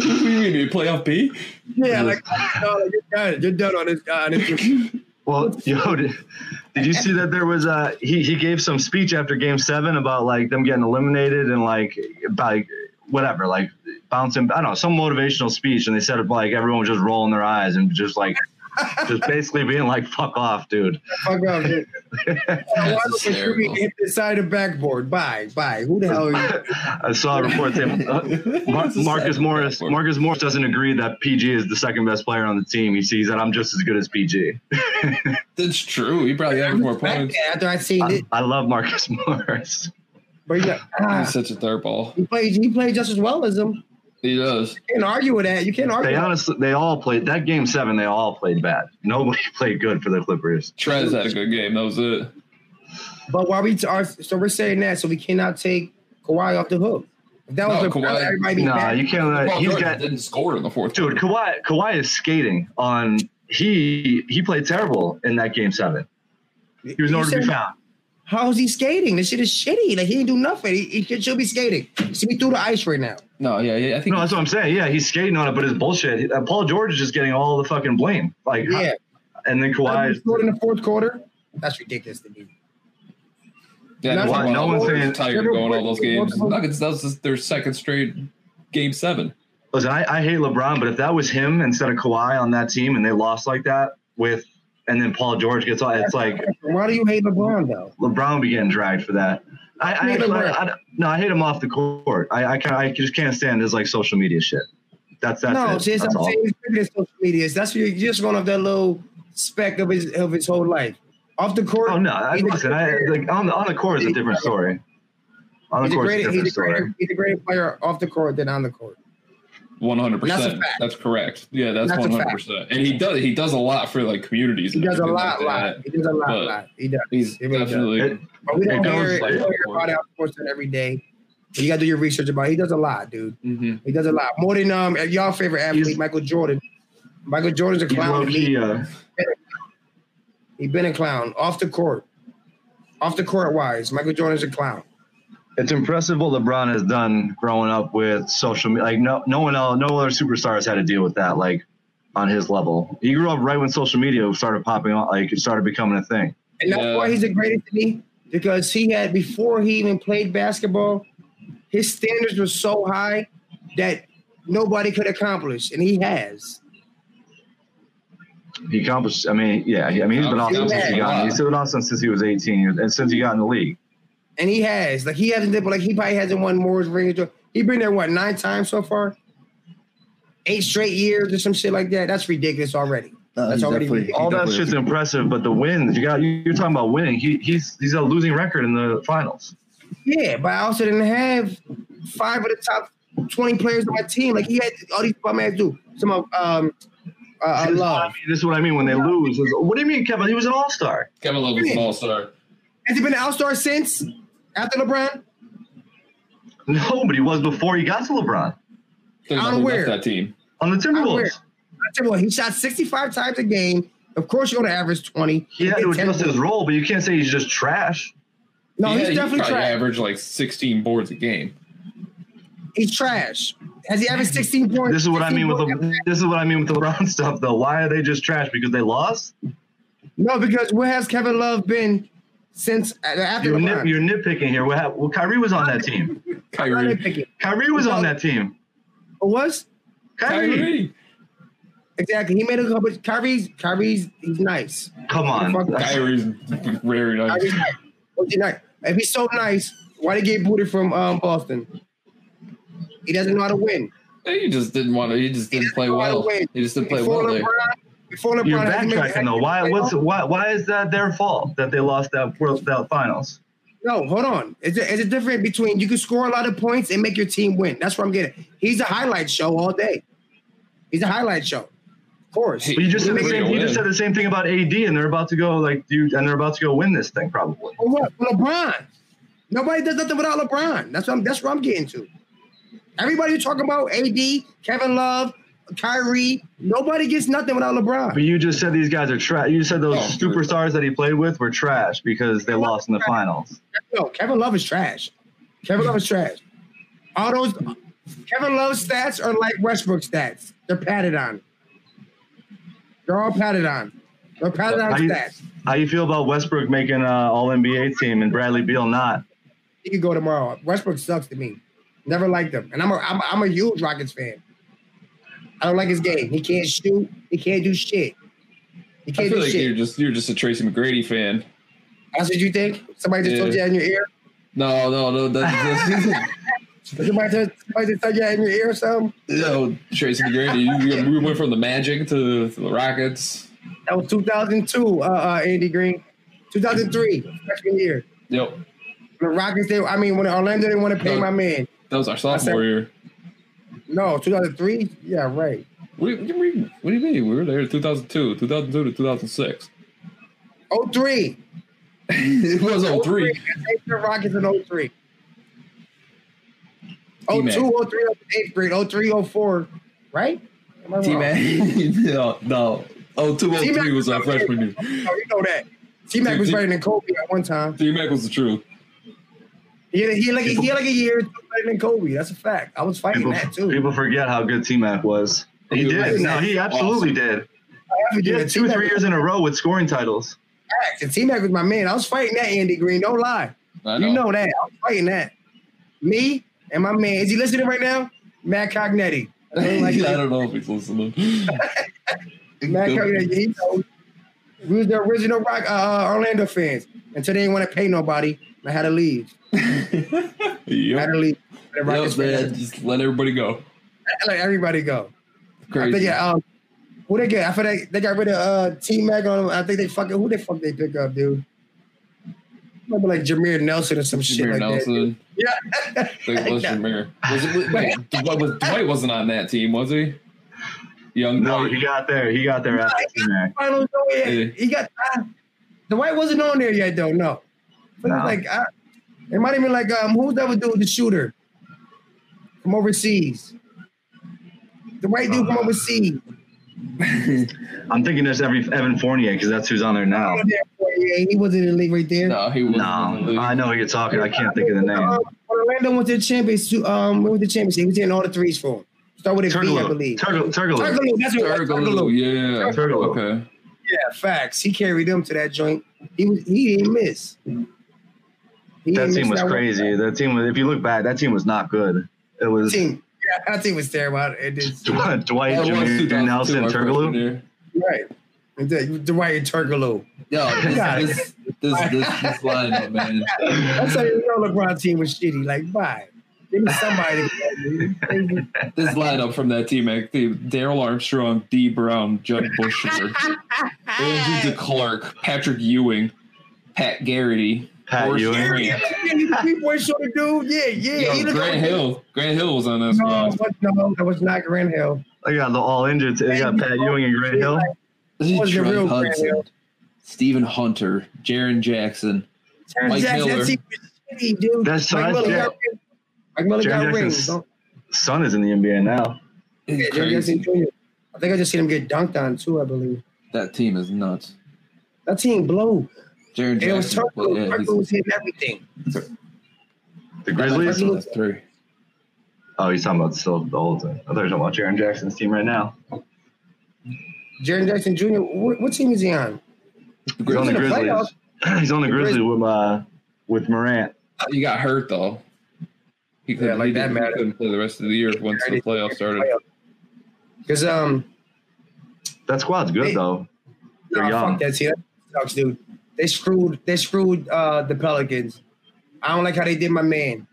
[SPEAKER 6] do you mean? You play off B?
[SPEAKER 8] Yeah,
[SPEAKER 3] Mm-hmm.
[SPEAKER 8] like no, you're done. You're done on this. Uh, on this
[SPEAKER 3] Well, yo, did, did you see that there was uh he he gave some speech after Game Seven about like them getting eliminated and like by whatever like bouncing I don't know some motivational speech and they said like everyone was just rolling their eyes and just like just basically being like fuck off, dude.
[SPEAKER 8] fuck up. dude.
[SPEAKER 6] That's
[SPEAKER 8] Why would you
[SPEAKER 6] hysterical.
[SPEAKER 8] hit the side of the backboard? Bye, bye. Who the hell are you?
[SPEAKER 3] I saw a report that uh, Mar-
[SPEAKER 6] That's a
[SPEAKER 3] Marcus
[SPEAKER 6] sad
[SPEAKER 3] Morris
[SPEAKER 6] report.
[SPEAKER 3] Marcus Morris doesn't agree that PG is the second best player on the team. He sees that I'm just as good as PG.
[SPEAKER 6] That's true. He probably had more
[SPEAKER 8] Back
[SPEAKER 6] points.
[SPEAKER 8] there after I seen
[SPEAKER 3] I,
[SPEAKER 8] it,
[SPEAKER 3] I love Marcus Morris.
[SPEAKER 8] but yeah,
[SPEAKER 6] He's
[SPEAKER 8] ah,
[SPEAKER 6] such a third ball.
[SPEAKER 8] he played. He played just as well as him.
[SPEAKER 6] He does.
[SPEAKER 8] You can't argue with that. You can't argue.
[SPEAKER 3] They
[SPEAKER 8] with
[SPEAKER 3] honestly, they all played that game seven. They all played bad. Nobody played good for the Clippers.
[SPEAKER 6] Trez had a good game. That was it.
[SPEAKER 8] But while we t- are, so we're saying that, so we cannot take Kawhi off the hook. If that was
[SPEAKER 6] No,
[SPEAKER 8] a
[SPEAKER 6] Kawhi-
[SPEAKER 8] everybody be
[SPEAKER 3] Nah,
[SPEAKER 8] back.
[SPEAKER 3] you can't. let-
[SPEAKER 6] Paul
[SPEAKER 3] he's
[SPEAKER 6] George
[SPEAKER 3] got
[SPEAKER 6] didn't score in the fourth.
[SPEAKER 3] dude.
[SPEAKER 6] quarter.
[SPEAKER 3] Kawhi, Kawhi is skating on. He he played terrible in that game seven. He was
[SPEAKER 8] You
[SPEAKER 3] nowhere to be
[SPEAKER 8] said-
[SPEAKER 3] found.
[SPEAKER 8] How is he skating? This shit is shitty. Like he didn't do nothing. He, he should, should be skating. See, we threw the ice right now.
[SPEAKER 6] No, yeah, yeah. I think
[SPEAKER 3] No, that's what I'm saying. Yeah, he's skating on it, but it's bullshit. Uh, Paul George is just getting all the fucking blame. Like,
[SPEAKER 8] Yeah, Um,
[SPEAKER 3] and then
[SPEAKER 8] Why?
[SPEAKER 3] Kawhi. is-
[SPEAKER 8] scored in the fourth quarter. That's ridiculous to me.
[SPEAKER 6] yeah,
[SPEAKER 8] That's
[SPEAKER 6] Kawhi-
[SPEAKER 3] why no one's saying-
[SPEAKER 6] tired of going all those games. Nuggets. That was just their second straight game seven.
[SPEAKER 3] Listen, I, I hate LeBron, but if that was him instead of Kawhi on that team, and they lost like that with, and then Paul George gets all, it's like
[SPEAKER 8] Why do you hate LeBron though?
[SPEAKER 3] LeBron would be getting dragged for that. I, I,
[SPEAKER 8] Hate LeBron.
[SPEAKER 3] I, I- no, I hate him off the court. I I, can, I just can't stand his like social media shit. That's that's
[SPEAKER 8] no,
[SPEAKER 3] it.
[SPEAKER 8] see, it's
[SPEAKER 3] That's
[SPEAKER 8] I'm
[SPEAKER 3] all.
[SPEAKER 8] saying it's bigger than social media. It's- That's what you're you're just going off that little speck of his of his whole life. Off the court.
[SPEAKER 3] Oh no, I,
[SPEAKER 8] he's a
[SPEAKER 3] listen, I
[SPEAKER 8] great-
[SPEAKER 3] like on the on the court is a different story. On the
[SPEAKER 8] he's a
[SPEAKER 3] court is a
[SPEAKER 8] greater,
[SPEAKER 3] different
[SPEAKER 8] he's, a
[SPEAKER 3] story.
[SPEAKER 8] greater, he's a greater player off the court than on the court.
[SPEAKER 6] One hundred
[SPEAKER 8] That's a
[SPEAKER 6] percent.
[SPEAKER 8] fact.
[SPEAKER 6] That's correct. Yeah, that's
[SPEAKER 8] That's a
[SPEAKER 6] one
[SPEAKER 8] fact.
[SPEAKER 6] hundred percent. And he does. He does a lot for like communities.
[SPEAKER 8] He
[SPEAKER 6] and
[SPEAKER 8] does a
[SPEAKER 6] everything
[SPEAKER 8] lot,
[SPEAKER 6] like that.
[SPEAKER 8] lot. He does a lot,
[SPEAKER 6] But-
[SPEAKER 8] lot. He does.
[SPEAKER 6] He's
[SPEAKER 8] He really does.
[SPEAKER 6] definitely.
[SPEAKER 3] It-
[SPEAKER 8] But we
[SPEAKER 6] It
[SPEAKER 8] don't
[SPEAKER 6] goes
[SPEAKER 8] hear,
[SPEAKER 6] like
[SPEAKER 8] we don't hear
[SPEAKER 6] that.
[SPEAKER 8] about it sports every day. But you got to do your research about. It. He does a lot, dude.
[SPEAKER 6] Mhm.
[SPEAKER 8] He does a lot more than um y'all favorite athlete,
[SPEAKER 3] He's-
[SPEAKER 8] Michael Jordan. Michael Jordan's a
[SPEAKER 3] He's
[SPEAKER 8] clown.
[SPEAKER 3] low
[SPEAKER 8] to me.
[SPEAKER 3] key. Uh,
[SPEAKER 8] He's been a clown off the court, off the court wise. Michael Jordan's a clown.
[SPEAKER 3] it's impressive what LeBron has done growing up with social media. Like no, no one else, no other superstar has had to deal with that. Like on his level, he grew up right when social media started popping on, like it started becoming a thing.
[SPEAKER 8] And that's
[SPEAKER 6] Yeah.
[SPEAKER 8] why he's the greatest to me because he had before he even played basketball, his standards were so high that nobody could accomplish, and he has.
[SPEAKER 3] He accomplished. I mean, yeah. he- I mean, he's been awesome since he got. He's been awesome since he was 18 years- and since he got in the league.
[SPEAKER 8] And he has. Like he hasn't did, but like he probably hasn't won more rings. He been there what nine times so far? Eight straight years or some shit like that. That's ridiculous already.
[SPEAKER 2] No,
[SPEAKER 8] That's
[SPEAKER 2] he's
[SPEAKER 8] already
[SPEAKER 2] definitely-
[SPEAKER 3] All that
[SPEAKER 2] definitely a
[SPEAKER 3] shit's
[SPEAKER 2] super-
[SPEAKER 3] impressive, but the wins you got. You, you're talking about winning. He, he's he's a losing record in the finals.
[SPEAKER 8] Yeah, but I also didn't have five of the top twenty players on my team. Like he had all these bum ass do. Some of um uh, uh,
[SPEAKER 3] This is what I
[SPEAKER 8] love.
[SPEAKER 3] mean. This is what I mean when they lose. It's, What do you mean, Kevin? He was an all star.
[SPEAKER 6] Kevin Love was an all star.
[SPEAKER 8] Has he been an all star since after LeBron?
[SPEAKER 3] No, but he was before he got to LeBron
[SPEAKER 6] There's
[SPEAKER 8] I'm
[SPEAKER 6] nothing
[SPEAKER 8] aware.
[SPEAKER 6] left that team.
[SPEAKER 3] on the
[SPEAKER 8] I'm aware.
[SPEAKER 3] Timberwolves.
[SPEAKER 8] I tell you what, he shot sixty five times a game. Of course, you're gonna average twenty.
[SPEAKER 3] He had to
[SPEAKER 8] did 10
[SPEAKER 3] adjust his role, but you can't say he's just trash.
[SPEAKER 8] No,
[SPEAKER 6] Yeah,
[SPEAKER 8] he's
[SPEAKER 6] he
[SPEAKER 8] definitely
[SPEAKER 6] probably
[SPEAKER 8] trash.
[SPEAKER 6] averaged like 16 boards a game.
[SPEAKER 8] He's trash. Has he averaged sixteen points?
[SPEAKER 3] This is what I
[SPEAKER 8] 16
[SPEAKER 3] mean with
[SPEAKER 8] points?
[SPEAKER 3] the this is what I mean with the LeBron stuff though. Why are they just trash? Because they lost?
[SPEAKER 8] No, because where has Kevin Love been since uh, after
[SPEAKER 3] You're,
[SPEAKER 8] LeBron?
[SPEAKER 3] nip, you're nitpicking here. What hap- well, Kyrie was on that team.
[SPEAKER 8] I'm not
[SPEAKER 6] Kyrie.
[SPEAKER 8] nitpicking. It
[SPEAKER 3] Kyrie was on that team.
[SPEAKER 8] was
[SPEAKER 3] Kyrie,
[SPEAKER 6] Kyrie.
[SPEAKER 8] exactly. He made a couple. Kyrie's Kyrie's he's nice.
[SPEAKER 3] come on.
[SPEAKER 8] Fuck
[SPEAKER 6] Kyrie's very nice.
[SPEAKER 8] Kyrie's nice. What's he nice? If he's so nice, why did he get booted from um, Boston? He doesn't know how to win.
[SPEAKER 6] He just didn't want to. He just didn't play well.
[SPEAKER 8] Wait,
[SPEAKER 6] He just didn't play
[SPEAKER 8] before
[SPEAKER 6] well
[SPEAKER 8] LeBron,
[SPEAKER 6] there.
[SPEAKER 8] before LeBron,
[SPEAKER 3] You're
[SPEAKER 8] he made-
[SPEAKER 3] backtracking though. Why? What's why? Why is that their fault that they lost that World that Finals?
[SPEAKER 8] No, hold on. It's a, it's a difference between you can score a lot of points and make your team win. That's what I'm getting. He's a highlight show all day. He's a highlight show. Of course.
[SPEAKER 6] Hey,
[SPEAKER 3] But you just said, the
[SPEAKER 6] They're
[SPEAKER 3] same,
[SPEAKER 6] gonna
[SPEAKER 3] you
[SPEAKER 6] win.
[SPEAKER 3] just said the same thing about AD, and they're about to go like dude, and they're about to go win this thing probably.
[SPEAKER 8] Or what? LeBron. Nobody does nothing without LeBron. That's what I'm. That's what I'm getting to. Everybody you talking about, AD, Kevin Love, Kyrie. Nobody gets nothing without
[SPEAKER 3] But
[SPEAKER 8] LeBron.
[SPEAKER 3] you just said these guys are trash. You said those
[SPEAKER 6] Oh, dude.
[SPEAKER 3] superstars that he played with were trash because they lost in the finals.
[SPEAKER 8] No, Kevin Love is trash. Kevin Love is trash. All those Kevin Love stats are like Westbrook stats. They're padded on. They're all padded on. They're padded on
[SPEAKER 3] How you,
[SPEAKER 8] stats.
[SPEAKER 3] how you feel about Westbrook making uh, All NBA team and Bradley Beal not?
[SPEAKER 8] He could go tomorrow. Westbrook sucks to me. Never liked him, and I'm a I'm a, I'm a huge Rockets fan. I don't like his game. He can't shoot. He can't do shit. He
[SPEAKER 6] I
[SPEAKER 8] can't
[SPEAKER 6] feel
[SPEAKER 8] do
[SPEAKER 6] like
[SPEAKER 8] shit.
[SPEAKER 6] you're just you're just a Tracy McGrady fan.
[SPEAKER 8] That's what you think? Somebody just told you
[SPEAKER 6] Yeah.
[SPEAKER 8] that in your ear.
[SPEAKER 6] No, no, no, that's, that's,
[SPEAKER 8] Somebody just, somebody just told you that in your ear or something.
[SPEAKER 6] no, Tracy McGrady. You, you, we went from the Magic to, to the Rockets.
[SPEAKER 8] That was 2002. Uh, uh, Andy Green, 2003, freshman year.
[SPEAKER 6] Yep,
[SPEAKER 8] The Rockets. They, I mean, when Orlando didn't want to pay
[SPEAKER 6] No.
[SPEAKER 8] my man.
[SPEAKER 6] that was our sophomore year.
[SPEAKER 8] No, 2003. Yeah, right.
[SPEAKER 6] What do, you, what, do you mean, what do you mean? We were there in 2002, 2002 to 2006.
[SPEAKER 8] 03.
[SPEAKER 6] it was 03.
[SPEAKER 8] Eighth grade Rockets in 03.
[SPEAKER 6] T-Mac.
[SPEAKER 8] 02, 03, 8th oh grade, 03, 04, right? Am I wrong?
[SPEAKER 6] T-Man. no, no. Oh, 2003
[SPEAKER 8] T-Mac
[SPEAKER 6] was our freshman year.
[SPEAKER 8] No, Oh, you know that. T Mac
[SPEAKER 6] Dude,
[SPEAKER 8] was
[SPEAKER 6] T-
[SPEAKER 8] better than Kobe at one time.
[SPEAKER 6] T-Mac was the truth.
[SPEAKER 8] He had, he had like, a, he had like a year better than Kobe. That's a fact. I was fighting
[SPEAKER 3] People,
[SPEAKER 8] that too.
[SPEAKER 3] people forget how good T Mac was. He
[SPEAKER 6] He
[SPEAKER 3] did.
[SPEAKER 6] was
[SPEAKER 3] No, he absolutely did.
[SPEAKER 8] I have to
[SPEAKER 3] He
[SPEAKER 8] do
[SPEAKER 3] had
[SPEAKER 8] that.
[SPEAKER 3] two,
[SPEAKER 8] T-Mac
[SPEAKER 3] three years in a row with scoring titles.
[SPEAKER 8] Facts. And T Mac was my man. I was fighting that Andy Green. Don't lie.
[SPEAKER 6] I
[SPEAKER 8] You know that. I was fighting that. Me and my man. Is he listening right now? Matt Cognetti. I don't like
[SPEAKER 6] I
[SPEAKER 8] that.
[SPEAKER 6] don't know if he's listening.
[SPEAKER 8] Matt
[SPEAKER 6] Good.
[SPEAKER 8] Cognetti. He knows. We was the original Rock uh, Orlando fans until they didn't want to pay nobody. I had to leave. I had
[SPEAKER 6] yep.
[SPEAKER 8] to leave. The Rockets
[SPEAKER 6] Yep, man.
[SPEAKER 8] fans.
[SPEAKER 6] Just let everybody go.
[SPEAKER 8] I Let everybody go. I
[SPEAKER 6] Crazy.
[SPEAKER 8] think yeah, um, who they get? I feel like they got rid of uh, T Mac on. I think they fucking who they fuck they pick up, dude. Might be like Jameer Nelson or some shit
[SPEAKER 6] Jameer
[SPEAKER 8] like that.
[SPEAKER 6] Nelson.
[SPEAKER 8] Yeah.
[SPEAKER 6] Big Bush
[SPEAKER 8] Yeah.
[SPEAKER 6] Jameer. Was it, wait, Dwight, was, Dwight wasn't on that team, was he? Young
[SPEAKER 3] No,
[SPEAKER 6] Dwight.
[SPEAKER 3] he got there. He got there after T Mac.
[SPEAKER 8] finals though. Yeah.
[SPEAKER 6] Yeah.
[SPEAKER 8] He got uh, Dwight wasn't on there yet though. No, but
[SPEAKER 3] No.
[SPEAKER 8] it's like uh, it might have been like um, who's that would do the shooter from overseas? The white dude from
[SPEAKER 3] Uh,
[SPEAKER 8] overseas.
[SPEAKER 3] I'm thinking there's every Evan Fournier because that's who's on there now.
[SPEAKER 8] Oh, there for you. Yeah, he wasn't in the league right there.
[SPEAKER 6] No, he wasn't.
[SPEAKER 3] No,
[SPEAKER 6] in the league.
[SPEAKER 3] I know who you're talking. I can't think of the name.
[SPEAKER 8] Um, Orlando went to the championship. Um, went to the championship. He was in all the threes for him. Start with a V, I
[SPEAKER 3] Turgaloo.
[SPEAKER 8] believe.
[SPEAKER 3] Turgaloo. Turgaloo.
[SPEAKER 8] Turgaloo, that's what it was.
[SPEAKER 6] Turgaloo,
[SPEAKER 8] Turgaloo.
[SPEAKER 6] yeah.
[SPEAKER 3] Turgaloo.
[SPEAKER 6] Okay.
[SPEAKER 8] Yeah, facts. He carried them to that joint. He was he didn't miss. He
[SPEAKER 3] That
[SPEAKER 8] didn't
[SPEAKER 3] team
[SPEAKER 8] miss
[SPEAKER 3] was
[SPEAKER 8] that one.
[SPEAKER 3] crazy. That team was. If you look back, that team was not good. It was Dwight,
[SPEAKER 8] team. Yeah, that team was terrible. It is
[SPEAKER 6] That was
[SPEAKER 3] Jameer,
[SPEAKER 6] 2002,
[SPEAKER 3] Nelson,
[SPEAKER 6] our freshman
[SPEAKER 3] Turgaloo.
[SPEAKER 6] year.
[SPEAKER 8] right. And then Dwight Turgaloo.
[SPEAKER 6] Yo, this,
[SPEAKER 8] Got it.
[SPEAKER 6] this, this, this, this lineup, man.
[SPEAKER 8] That's how you know LeBron team was shitty. Like, bye. Give me somebody. to-
[SPEAKER 6] This lineup from that team, like, the Daryl Armstrong, D. Brown, Judd Bushner, Andrew DeClark, Patrick Ewing, Pat Garrity,
[SPEAKER 3] Pat
[SPEAKER 6] Horace
[SPEAKER 3] Ewing.
[SPEAKER 6] Grant.
[SPEAKER 8] Three point shorter dude. Yeah, yeah. he
[SPEAKER 6] Yo,
[SPEAKER 8] looked
[SPEAKER 6] Grant
[SPEAKER 8] like-
[SPEAKER 6] Hill. Grant Hill was on that
[SPEAKER 8] No,
[SPEAKER 6] squad.
[SPEAKER 8] but no, that was not Grant Hill.
[SPEAKER 3] They got the all injured. They got Pat Ewing and Grant Hill.
[SPEAKER 6] This is
[SPEAKER 8] was the
[SPEAKER 6] Trent
[SPEAKER 8] real Grant
[SPEAKER 6] Hudson,
[SPEAKER 8] Hill.
[SPEAKER 6] Stephen Hunter, Jaron Jackson.
[SPEAKER 8] Terrence
[SPEAKER 6] Mike
[SPEAKER 8] Jackson,
[SPEAKER 6] Miller.
[SPEAKER 8] that team was shitty, dude.
[SPEAKER 3] That's-
[SPEAKER 8] Mike
[SPEAKER 3] that's
[SPEAKER 8] Miller
[SPEAKER 3] Jack-
[SPEAKER 8] got rings. Mike Miller
[SPEAKER 3] Jack
[SPEAKER 8] got
[SPEAKER 3] Jackson's
[SPEAKER 8] rings. Don't-
[SPEAKER 3] Son is in the NBA now.
[SPEAKER 6] It's
[SPEAKER 8] Yeah, Jack Jackson
[SPEAKER 6] crazy.
[SPEAKER 8] Jr. I think I just seen him get dunked on too. I believe
[SPEAKER 6] That team is nuts.
[SPEAKER 8] that team blew.
[SPEAKER 6] Jaron
[SPEAKER 8] It was
[SPEAKER 6] Jackson.
[SPEAKER 8] Turkle.
[SPEAKER 6] yeah, he's-
[SPEAKER 8] Turkle was hitting everything.
[SPEAKER 3] The Grizzlies.
[SPEAKER 6] That's three.
[SPEAKER 3] Oh, he's talking about still the old team. I thought you were talking about Jaron Jackson's team right now.
[SPEAKER 8] Jaron Jackson Jr. What, what team is he on?
[SPEAKER 3] He's on the
[SPEAKER 8] He's in the
[SPEAKER 3] Grizzlies. He's on the Grizzlies with uh, with Morant.
[SPEAKER 6] He got hurt though. He couldn't,
[SPEAKER 8] like
[SPEAKER 6] he
[SPEAKER 8] that
[SPEAKER 6] didn't- he
[SPEAKER 8] matters.
[SPEAKER 6] couldn't play the rest of the year once the playoffs started.
[SPEAKER 8] Because um,
[SPEAKER 3] That squad's
[SPEAKER 8] Hey.
[SPEAKER 3] good though. They're
[SPEAKER 8] nah,
[SPEAKER 3] young.
[SPEAKER 8] fuck that team. That sucks, dude. They screwed. They screwed uh, the Pelicans. I don't like how they did my man.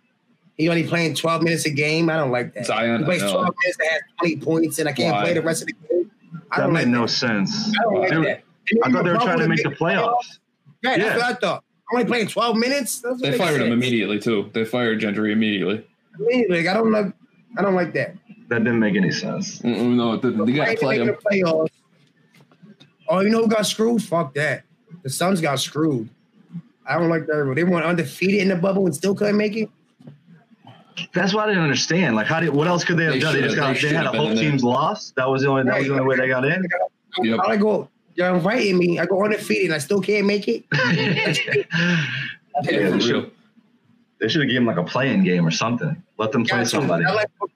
[SPEAKER 8] He only playing twelve minutes a game. I don't like that.
[SPEAKER 6] Zion,
[SPEAKER 8] he plays
[SPEAKER 6] I know.
[SPEAKER 8] twelve minutes and has twenty points, and I can't
[SPEAKER 6] Why?
[SPEAKER 8] play the rest of the game. I
[SPEAKER 3] That
[SPEAKER 8] don't like
[SPEAKER 3] made no
[SPEAKER 8] that.
[SPEAKER 3] sense.
[SPEAKER 8] I don't like
[SPEAKER 3] They were-
[SPEAKER 8] that.
[SPEAKER 3] I thought they were trying to make the playoffs.
[SPEAKER 8] Right,
[SPEAKER 3] Yeah.
[SPEAKER 8] that's what I thought. Only playing 12 minutes. That's what
[SPEAKER 6] They fired him immediately too. They fired Gentry immediately.
[SPEAKER 8] immediately. Like, I don't like. I don't like that.
[SPEAKER 3] That didn't make any sense.
[SPEAKER 6] Mm-mm, No, it didn't. they
[SPEAKER 8] Why
[SPEAKER 6] got to
[SPEAKER 8] ain't
[SPEAKER 6] play
[SPEAKER 8] making
[SPEAKER 6] him.
[SPEAKER 8] the playoffs. Oh, you know who got screwed? Fuck that. The Suns got screwed. I don't like that. rule. They went undefeated in the bubble and still couldn't make it.
[SPEAKER 3] That's what I didn't understand. Like, how did? What else could they have
[SPEAKER 6] They
[SPEAKER 3] done? They just
[SPEAKER 6] should've-
[SPEAKER 3] got.
[SPEAKER 6] they
[SPEAKER 3] They, had a
[SPEAKER 6] should've been
[SPEAKER 3] whole
[SPEAKER 6] in there.
[SPEAKER 3] team's loss. That was the only. That was the only way they got in.
[SPEAKER 6] Yep.
[SPEAKER 8] I go, you're inviting me. I go undefeated and I still can't make it.
[SPEAKER 6] Yeah, for real.
[SPEAKER 3] they should have given him like a playing game or something. Let them play
[SPEAKER 8] Got to.
[SPEAKER 3] somebody.
[SPEAKER 8] I, like Booker.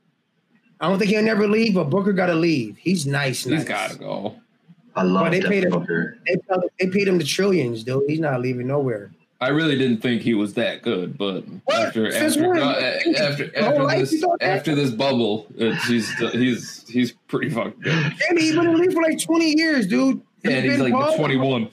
[SPEAKER 8] I don't think he'll never leave, but Booker got to leave. He's nice. nice.
[SPEAKER 6] He's got to go.
[SPEAKER 3] I love
[SPEAKER 8] But they paid
[SPEAKER 3] Devin
[SPEAKER 8] him-
[SPEAKER 3] Booker.
[SPEAKER 8] They, paid- they paid him the trillions, dude. He's not leaving nowhere.
[SPEAKER 6] I really didn't think he was that good, but
[SPEAKER 8] What?
[SPEAKER 6] after
[SPEAKER 8] Since
[SPEAKER 6] after,
[SPEAKER 8] when?
[SPEAKER 6] uh, after,
[SPEAKER 8] My whole
[SPEAKER 6] after
[SPEAKER 8] life you
[SPEAKER 6] this
[SPEAKER 8] thought that?
[SPEAKER 6] after this bubble, it's, he's he's he's pretty fucking good.
[SPEAKER 8] And he's been in the league for like 20 years, dude.
[SPEAKER 6] And he's
[SPEAKER 8] been
[SPEAKER 6] like the
[SPEAKER 8] balling.
[SPEAKER 6] 21.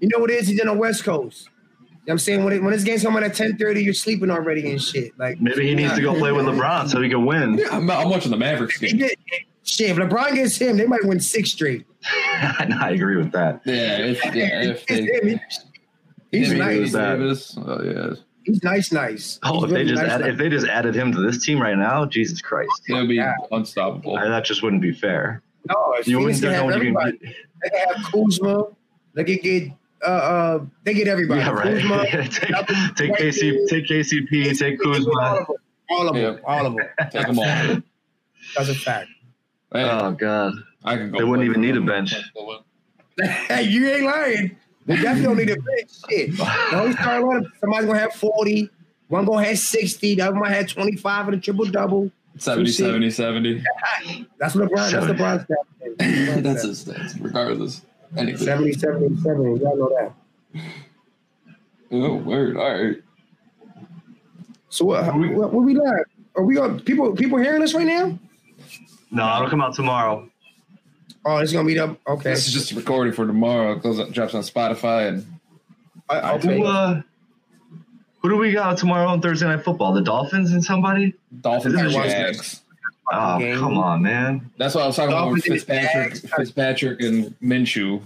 [SPEAKER 8] You know what it is? He's in the West Coast. You know what I'm saying when, it, when this game's coming at 10:30, you're sleeping already and shit. Like
[SPEAKER 3] Maybe he needs to go play with LeBron so he can win.
[SPEAKER 6] Yeah, I'm, I'm watching the Mavericks
[SPEAKER 8] He
[SPEAKER 6] game.
[SPEAKER 8] did- shit. If LeBron gets him, they might win six straight.
[SPEAKER 3] I agree with that.
[SPEAKER 6] Yeah, if, yeah, if they,
[SPEAKER 8] He's he's
[SPEAKER 6] if they
[SPEAKER 8] nice.
[SPEAKER 6] lose Davis, oh yeah,
[SPEAKER 8] He's nice, nice.
[SPEAKER 3] Oh,
[SPEAKER 8] He's
[SPEAKER 3] if they
[SPEAKER 8] really
[SPEAKER 3] just
[SPEAKER 8] nice,
[SPEAKER 3] add,
[SPEAKER 8] nice.
[SPEAKER 3] if they just added him to this team right now, Jesus Christ,
[SPEAKER 6] they'll be
[SPEAKER 8] Yeah.
[SPEAKER 6] unstoppable.
[SPEAKER 3] I- that just wouldn't be fair.
[SPEAKER 8] no, if
[SPEAKER 3] You
[SPEAKER 8] Phoenix
[SPEAKER 3] wouldn't
[SPEAKER 8] can
[SPEAKER 3] know
[SPEAKER 8] have
[SPEAKER 3] what you
[SPEAKER 8] everybody.
[SPEAKER 3] can.
[SPEAKER 8] They can have Kuzma. They can get uh, uh they get everybody.
[SPEAKER 3] Yeah, right.
[SPEAKER 8] Kuzma,
[SPEAKER 3] take, take KC, take KCP, take
[SPEAKER 8] All
[SPEAKER 3] Kuzma.
[SPEAKER 8] of them. All of them.
[SPEAKER 6] Yeah.
[SPEAKER 8] All of them.
[SPEAKER 6] Take them all. Hey,
[SPEAKER 8] That's a fact.
[SPEAKER 3] Oh God,
[SPEAKER 6] I can go.
[SPEAKER 3] they wouldn't
[SPEAKER 6] play
[SPEAKER 3] even
[SPEAKER 6] for
[SPEAKER 3] need a
[SPEAKER 6] them.
[SPEAKER 3] bench.
[SPEAKER 8] Hey, you ain't lying. They definitely don't need a bench. Shit. The whole starting lineup, somebody's gonna have 40, one gonna have 60, the other one have 25 of the triple double.
[SPEAKER 6] 70, 70, 70.
[SPEAKER 8] That's what LeBron, that's
[SPEAKER 3] Seven.
[SPEAKER 8] LeBron's stat.
[SPEAKER 6] That's his stats, regardless. Anything.
[SPEAKER 8] 70, 70, 70. Y'all know that.
[SPEAKER 6] Oh, word. All right.
[SPEAKER 8] So uh,
[SPEAKER 3] we-
[SPEAKER 8] what, what we like? Are we on people people hearing us right now?
[SPEAKER 3] No, it'll come out tomorrow.
[SPEAKER 8] Oh, it's gonna be the okay.
[SPEAKER 6] This is just a recording for tomorrow. It goes out, drops on Spotify and
[SPEAKER 8] Uh, okay.
[SPEAKER 3] Who, uh, who do we got tomorrow on Thursday Night Football? The Dolphins and somebody?
[SPEAKER 6] Dolphins
[SPEAKER 3] This
[SPEAKER 6] and
[SPEAKER 3] is
[SPEAKER 8] what's
[SPEAKER 6] Jags.
[SPEAKER 3] Oh,
[SPEAKER 8] Game.
[SPEAKER 3] come on, man.
[SPEAKER 6] That's what I was talking about with
[SPEAKER 8] Dolphins and
[SPEAKER 6] Fitzpatrick,
[SPEAKER 8] Jags.
[SPEAKER 6] Fitzpatrick and Minshew.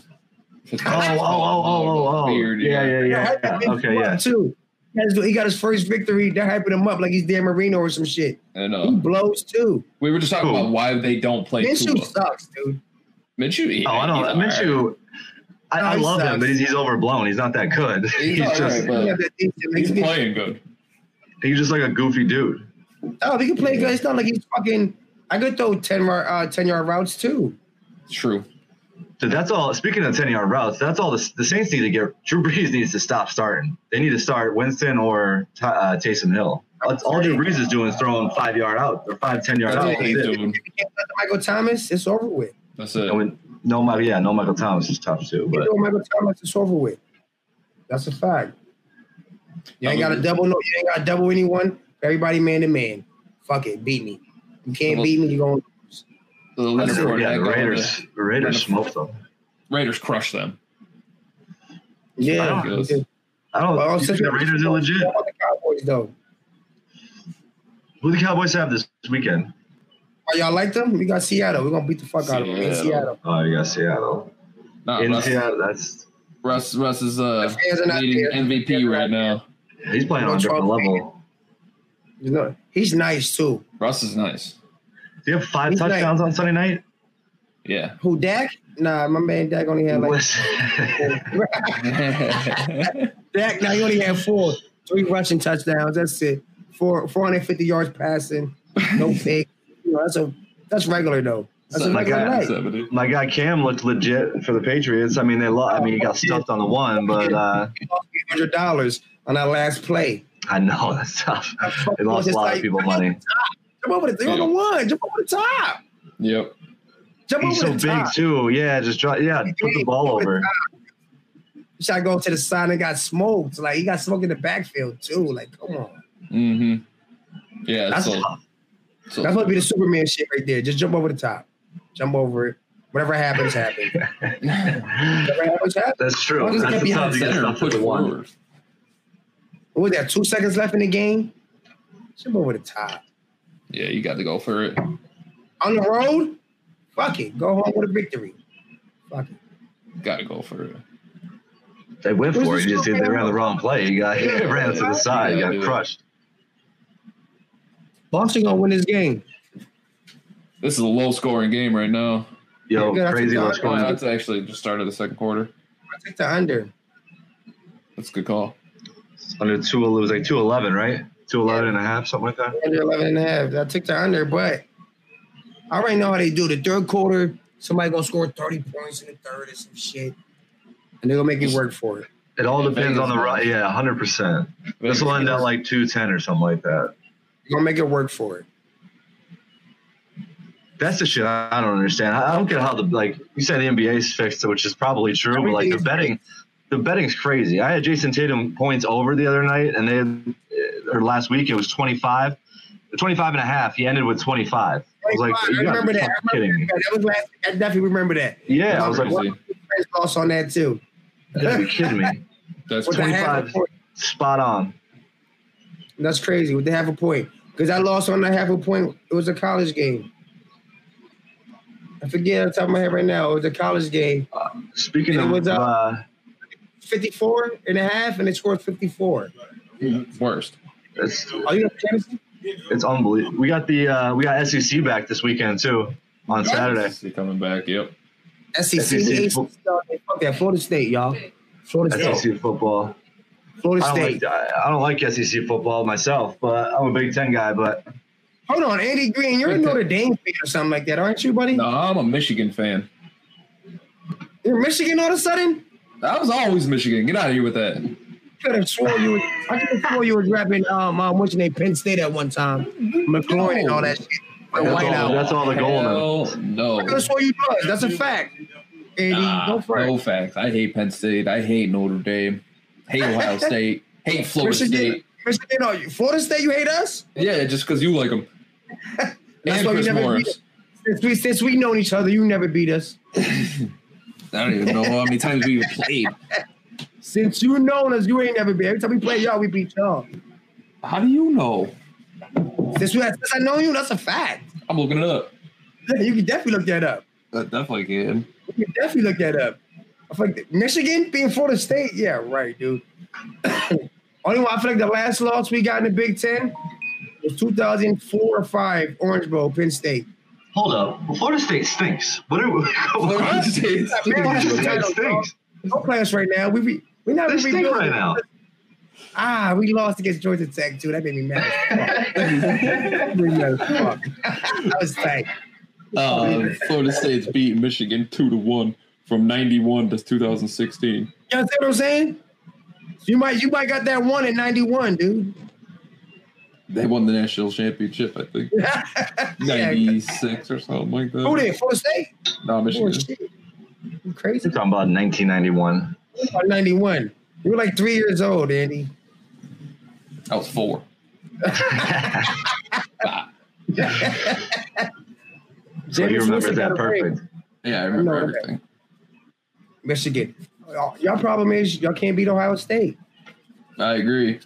[SPEAKER 3] Oh, oh, oh, oh, oh, oh.
[SPEAKER 6] Beard,
[SPEAKER 3] Yeah, yeah, yeah.
[SPEAKER 8] That hyped
[SPEAKER 3] yeah.
[SPEAKER 8] him
[SPEAKER 3] Okay,
[SPEAKER 8] up,
[SPEAKER 3] yeah.
[SPEAKER 8] Too. He got his- He got his first victory. They're hyping him up like he's Dan Marino or some shit.
[SPEAKER 6] And
[SPEAKER 8] He
[SPEAKER 6] uh,
[SPEAKER 8] blows too.
[SPEAKER 6] we were just talking
[SPEAKER 3] Who?
[SPEAKER 6] about why they don't play
[SPEAKER 8] Minshew
[SPEAKER 6] Tua.
[SPEAKER 8] sucks, dude.
[SPEAKER 6] Minshew, yeah,
[SPEAKER 3] Oh, I
[SPEAKER 6] he's
[SPEAKER 3] don't.
[SPEAKER 6] all right.
[SPEAKER 3] Minshew, I, I
[SPEAKER 8] No, he
[SPEAKER 3] love
[SPEAKER 8] sucks.
[SPEAKER 3] him, but he's, he's overblown. He's not that good.
[SPEAKER 6] He's
[SPEAKER 3] He's,
[SPEAKER 6] all
[SPEAKER 3] just
[SPEAKER 6] right, but-
[SPEAKER 8] He got that thing that
[SPEAKER 6] He's
[SPEAKER 8] makes me-
[SPEAKER 6] playing good.
[SPEAKER 3] he's just like a goofy dude.
[SPEAKER 8] Oh, he can play good. It's not like he's fucking. I could throw ten mar- uh, ten yard routes too.
[SPEAKER 6] It's true.
[SPEAKER 3] So that's all. Speaking of ten yard routes, that's all. The, the Saints need to get. Drew Brees needs to stop starting. They need to start Winston or Ty- uh, Taysom Hill. That's all Drew Brees is doing is throwing five yard out or five ten yard
[SPEAKER 6] That's
[SPEAKER 3] out.
[SPEAKER 6] all he's
[SPEAKER 3] That's it.
[SPEAKER 6] doing.
[SPEAKER 8] You can't let Michael Thomas, it's over with.
[SPEAKER 6] That's it.
[SPEAKER 3] And when- no, Michael. Yeah, no Michael Thomas is tough too.
[SPEAKER 8] You
[SPEAKER 3] But
[SPEAKER 8] throw Michael Thomas, it's over with. That's a fact. You ain't got to double. No, you ain't got to double anyone. Everybody man to man. Fuck it, beat me. You can't beat me. You going
[SPEAKER 6] The Leonard
[SPEAKER 3] yeah,
[SPEAKER 6] Fournette
[SPEAKER 3] the
[SPEAKER 6] going
[SPEAKER 3] Raiders.
[SPEAKER 6] to-
[SPEAKER 3] The Raiders smoked them.
[SPEAKER 6] Raiders crush them.
[SPEAKER 8] yeah.
[SPEAKER 3] I
[SPEAKER 6] don't-
[SPEAKER 8] yeah.
[SPEAKER 3] I don't.
[SPEAKER 8] Well,
[SPEAKER 3] you
[SPEAKER 8] since
[SPEAKER 3] think the Raiders are legit.
[SPEAKER 8] What about the Cowboys though?
[SPEAKER 3] Who the Cowboys have this weekend?
[SPEAKER 8] Oh, y'all like them? We got Seattle. We're gonna beat the fuck out of them in
[SPEAKER 6] Seattle.
[SPEAKER 8] Seattle.
[SPEAKER 3] Oh, you got Seattle.
[SPEAKER 6] Nah,
[SPEAKER 3] In
[SPEAKER 6] Russ,
[SPEAKER 3] Seattle, Oh, that's
[SPEAKER 6] Russ, Russ is uh,
[SPEAKER 8] fans are not
[SPEAKER 6] leading
[SPEAKER 8] there.
[SPEAKER 6] MVP right now.
[SPEAKER 3] he's playing on a different level.
[SPEAKER 8] You know, he's nice too.
[SPEAKER 6] Russ is nice.
[SPEAKER 3] Do you have five
[SPEAKER 8] He's
[SPEAKER 3] touchdowns on Sunday night?
[SPEAKER 6] Yeah.
[SPEAKER 8] Who Dak? Nah, my man Dak only had like
[SPEAKER 3] Listen.
[SPEAKER 8] four. Dak. Now he only had four, three rushing touchdowns. That's it. Four, four hundred fifty yards passing. No pick. You know, that's a that's regular though. That's a
[SPEAKER 6] Something
[SPEAKER 3] like
[SPEAKER 8] regular
[SPEAKER 3] that.
[SPEAKER 8] night.
[SPEAKER 6] Seventy.
[SPEAKER 3] My guy Cam looked legit for the Patriots. I mean, they. Lo- I mean, he got stuffed on the one, but uh,
[SPEAKER 8] Hundred dollars on that last play.
[SPEAKER 3] I know that's tough.
[SPEAKER 8] I fucking
[SPEAKER 3] They lost
[SPEAKER 8] was
[SPEAKER 3] a
[SPEAKER 8] just
[SPEAKER 3] lot
[SPEAKER 8] like,
[SPEAKER 3] of people money.
[SPEAKER 8] Jump over the, jump
[SPEAKER 6] Yeah.
[SPEAKER 8] over the one. Jump over the top.
[SPEAKER 6] Yep.
[SPEAKER 8] Jump
[SPEAKER 3] He's
[SPEAKER 8] over
[SPEAKER 3] so
[SPEAKER 8] the
[SPEAKER 3] big
[SPEAKER 8] top.
[SPEAKER 3] too. Yeah, just try. Yeah, put the ball over.
[SPEAKER 8] Shot go to the side and got smoked. Like he got smoked in the backfield too. Like come on.
[SPEAKER 6] hmm Yeah.
[SPEAKER 8] That's
[SPEAKER 6] so,
[SPEAKER 3] tough.
[SPEAKER 6] so-
[SPEAKER 8] That's supposed to be the Superman shit right there. Just jump over the top. Jump over it. Whatever happens, happens. Whatever happens, happens.
[SPEAKER 3] That's true.
[SPEAKER 8] Well, just
[SPEAKER 3] That's
[SPEAKER 8] get
[SPEAKER 3] the
[SPEAKER 8] behind
[SPEAKER 3] tough to get
[SPEAKER 6] center
[SPEAKER 3] stuffed at
[SPEAKER 6] push
[SPEAKER 3] the one.
[SPEAKER 6] forward.
[SPEAKER 8] What was that? Two seconds left in the game. Jump over the top.
[SPEAKER 6] Yeah, you got to go for it.
[SPEAKER 8] On the road. Fuck it. Go home with a victory. Fuck it.
[SPEAKER 6] Got to go for it.
[SPEAKER 3] They went
[SPEAKER 8] Where's
[SPEAKER 3] for
[SPEAKER 8] this
[SPEAKER 3] it. Just they
[SPEAKER 8] guy?
[SPEAKER 3] ran the wrong play. He got he ran to the side. He got crushed.
[SPEAKER 8] Boston gonna win this game.
[SPEAKER 6] This is a low scoring game right now.
[SPEAKER 3] Yo,
[SPEAKER 8] Yeah, that's
[SPEAKER 3] crazy
[SPEAKER 8] what
[SPEAKER 3] what's
[SPEAKER 8] I'm
[SPEAKER 6] Oh,
[SPEAKER 3] going
[SPEAKER 6] no,
[SPEAKER 3] on.
[SPEAKER 6] it's actually just started the second quarter.
[SPEAKER 8] I took the under.
[SPEAKER 6] That's a good call.
[SPEAKER 3] Under two, it was like 211, right? 211 and a half, something like that.
[SPEAKER 8] Under 11 and a half. I took the under, but I already know how they do. The third quarter, somebody going to score 30 points in the third or some shit. And they're going to make you work for it.
[SPEAKER 3] It all
[SPEAKER 6] Yeah,
[SPEAKER 3] depends
[SPEAKER 6] Vegas
[SPEAKER 3] on the run.
[SPEAKER 6] knows.
[SPEAKER 3] Yeah, 100%.
[SPEAKER 6] Vegas
[SPEAKER 3] This will end
[SPEAKER 6] knows.
[SPEAKER 3] at like 210 or something like that.
[SPEAKER 8] They're going to make it work for it.
[SPEAKER 3] That's the shit I I don't understand. I I don't get how the like you said the NBA's fixed, which is probably true, but like the
[SPEAKER 8] Everything's
[SPEAKER 3] betting, the betting's crazy. I had Jason Tatum points over the other night, and they had, or last week it was 25, 25 and a half. He ended with 25. I was like,
[SPEAKER 8] I
[SPEAKER 3] you gotta
[SPEAKER 8] remember
[SPEAKER 3] be
[SPEAKER 8] that. I
[SPEAKER 3] fucking
[SPEAKER 8] remember
[SPEAKER 3] kidding me.
[SPEAKER 8] that. That was last. I definitely remember that.
[SPEAKER 3] Yeah, I was like,
[SPEAKER 6] Crazy.
[SPEAKER 3] what?
[SPEAKER 8] Friends lost on that too.
[SPEAKER 3] You gotta be kidding me.
[SPEAKER 6] That's
[SPEAKER 8] With the half a
[SPEAKER 3] 25.
[SPEAKER 8] point.
[SPEAKER 3] Spot on.
[SPEAKER 8] That's crazy. With the half a point, because I lost on the half a point. It was a college game. I forget off the top of my head right now. It was a college game.
[SPEAKER 3] Speaking
[SPEAKER 8] It
[SPEAKER 3] of,
[SPEAKER 8] was, uh,
[SPEAKER 3] uh,
[SPEAKER 8] 54 and a half, and they scored 54.
[SPEAKER 6] Mm-hmm. Worst.
[SPEAKER 3] it's
[SPEAKER 8] Are you up, Tennessee?
[SPEAKER 3] it's unbelievable. We got the uh, we got SEC back this weekend too on Saturday.
[SPEAKER 6] See coming back. Yep.
[SPEAKER 8] SEC.
[SPEAKER 3] SEC.
[SPEAKER 8] ACC, dog. E Fuck that. Florida State, y'all. Florida State.
[SPEAKER 3] SEC football.
[SPEAKER 8] Florida
[SPEAKER 3] E I don't,
[SPEAKER 8] State.
[SPEAKER 3] like, I I don't like SEC football myself, but I'm a Big Ten guy. But
[SPEAKER 8] Hold on, Andy Green. You're a
[SPEAKER 6] Okay.
[SPEAKER 8] Notre Dame fan or something like that, aren't you, buddy?
[SPEAKER 6] No, I'm a Michigan fan.
[SPEAKER 8] You're Michigan all of a sudden?
[SPEAKER 6] I was always Michigan. Get out of here with that.
[SPEAKER 8] could have swore you. Was, I could have swore you was rapping. Um, um what's your name? Penn State at one time, McLaurin and all that shit. But
[SPEAKER 3] That's
[SPEAKER 8] why
[SPEAKER 3] all-
[SPEAKER 8] not?
[SPEAKER 3] that's all the goal now.
[SPEAKER 6] Hell No.
[SPEAKER 8] I could have swore you was. That's a fact. Andy,
[SPEAKER 6] Nah,
[SPEAKER 8] go for
[SPEAKER 6] no
[SPEAKER 8] it.
[SPEAKER 6] facts. I hate Penn State. I hate Notre Dame. Hate Ohio State. Hate Florida
[SPEAKER 8] Michigan,
[SPEAKER 6] State.
[SPEAKER 8] Michigan, are you Florida State? You hate us?
[SPEAKER 6] Yeah, just because you like them.
[SPEAKER 8] That's
[SPEAKER 6] and
[SPEAKER 8] why you
[SPEAKER 6] Chris
[SPEAKER 8] never
[SPEAKER 6] Morris.
[SPEAKER 8] Since we since we known each other, you never beat us.
[SPEAKER 6] I don't even know how many times we even played.
[SPEAKER 8] Since you known us, you ain't never beat. Every time we play y'all, we beat y'all.
[SPEAKER 6] How do you know?
[SPEAKER 8] Since we since I know you, that's a fact.
[SPEAKER 6] I'm looking it up.
[SPEAKER 8] You can definitely look that up.
[SPEAKER 6] I definitely can.
[SPEAKER 8] You can definitely look that up. I feel like Michigan being Florida State, yeah, right, dude. Only one I feel like the last loss we got in the Big Ten was 2004 or five, Orange Bowl, Penn State.
[SPEAKER 3] hold up, well, Florida State stinks. What are we?
[SPEAKER 6] Florida State.
[SPEAKER 3] Florida
[SPEAKER 8] State
[SPEAKER 3] State stinks.
[SPEAKER 8] Don't play us right now. We be, we not
[SPEAKER 3] They
[SPEAKER 8] even
[SPEAKER 3] stink right now.
[SPEAKER 8] Ah, we lost against Georgia Tech too. That made me mad. As fuck. That made me mad as fuck. I was like, Um,
[SPEAKER 6] Uh, Florida State's beat Michigan two to one from '91 to 2016.
[SPEAKER 8] you understand what I'm saying? You might you might got that one in '91, dude.
[SPEAKER 6] They won the national championship, I think,
[SPEAKER 8] yeah.
[SPEAKER 6] '96 or something like that.
[SPEAKER 8] Who did Florida State?
[SPEAKER 6] No,
[SPEAKER 8] Oh,
[SPEAKER 6] Michigan.
[SPEAKER 8] shit. You crazy.
[SPEAKER 3] We're talking about 1991.
[SPEAKER 8] about 91. You were like three years old, Andy.
[SPEAKER 6] I was four. Ah,
[SPEAKER 3] So
[SPEAKER 8] Jameis
[SPEAKER 3] he remembers
[SPEAKER 8] Winston got
[SPEAKER 3] that
[SPEAKER 8] a ring.
[SPEAKER 3] perfect.
[SPEAKER 6] yeah, I remember
[SPEAKER 8] know that.
[SPEAKER 6] everything.
[SPEAKER 8] Michigan. Y'all y'all problem is y'all can't beat Ohio State.
[SPEAKER 6] I agree.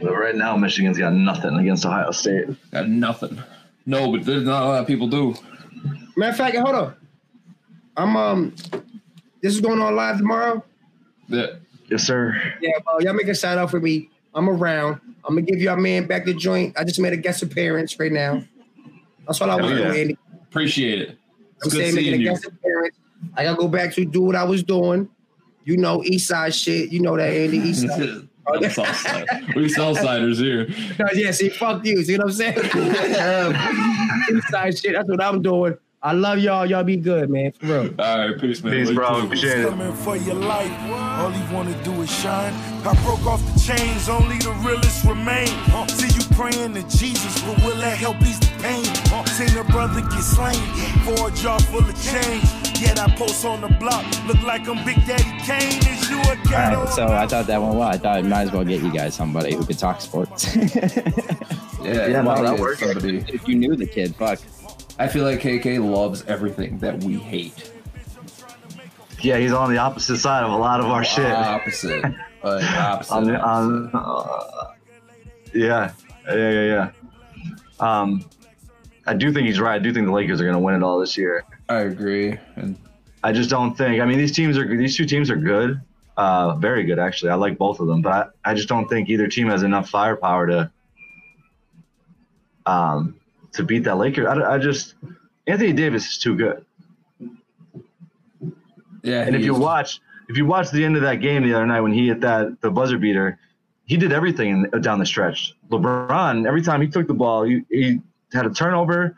[SPEAKER 3] But right now, Michigan's got nothing against Ohio State.
[SPEAKER 6] Got nothing. No, but there's not a lot of people do.
[SPEAKER 8] Matter of fact, hold on. I'm um this is going on live tomorrow.
[SPEAKER 6] That
[SPEAKER 3] Yes, sir.
[SPEAKER 8] Yeah, well, y'all make a shout out for me. I'm around. I'm gonna give y'all man back the joint. I just made a guest appearance right now. That's all I
[SPEAKER 3] Hell
[SPEAKER 8] want to
[SPEAKER 3] yeah.
[SPEAKER 8] do, Andy.
[SPEAKER 6] appreciate it. It's good
[SPEAKER 8] I'm saying making
[SPEAKER 6] seeing
[SPEAKER 8] a
[SPEAKER 6] you.
[SPEAKER 8] guest appearance. I gotta go back to do what I was doing. You know, East Side shit. You know that, Andy. East Side.
[SPEAKER 6] I'm Southside. We Southsiders here.
[SPEAKER 8] No, yeah, see, fuck you. See what I'm saying? Inside shit. That's what I'm doing. I love y'all. Y'all be good, man. For real.
[SPEAKER 6] All right, peace, man.
[SPEAKER 3] Peace,
[SPEAKER 6] Love you
[SPEAKER 3] bro.
[SPEAKER 6] too.
[SPEAKER 3] Appreciate it.
[SPEAKER 4] coming for your life. All he wanna do is shine. I broke off the chains, only the realest remain. See you praying to Jesus, but will that help ease the pain? Seen a brother get slain for a jar full of change. Yet I post on the block, look like I'm Big Daddy Kane. Is you a
[SPEAKER 5] All
[SPEAKER 4] ghetto?
[SPEAKER 5] right, so I thought that went well. I thought I might as well get you guys somebody who could talk sports.
[SPEAKER 6] Yeah,
[SPEAKER 3] Yeah, no, that
[SPEAKER 6] yeah,
[SPEAKER 3] works.
[SPEAKER 6] somebody.
[SPEAKER 5] if you knew the kid, fuck.
[SPEAKER 6] I feel like KK loves everything that we hate.
[SPEAKER 3] Yeah, he's on the opposite side of a lot of our Oh, shit.
[SPEAKER 6] Opposite. Uh, opposite.
[SPEAKER 3] on, the- on,
[SPEAKER 6] opposite.
[SPEAKER 3] uh, yeah, yeah, yeah, yeah. Um, I do think he's right. I do think the Lakers are going to win it all this year.
[SPEAKER 6] I agree. And
[SPEAKER 3] I just don't think. I mean, these teams are these two teams are good, uh, very good actually. I like both of them, but I, I just don't think either team has enough firepower to um, to beat that Lakers. I, I just Anthony Davis is too good.
[SPEAKER 6] Yeah,
[SPEAKER 3] And
[SPEAKER 6] he
[SPEAKER 3] if you
[SPEAKER 6] is.
[SPEAKER 3] watch, if you watch the end of that game the other night when he hit that the buzzer beater, he did everything in, uh, down the stretch. LeBron, every time he took the ball, he, he had a turnover.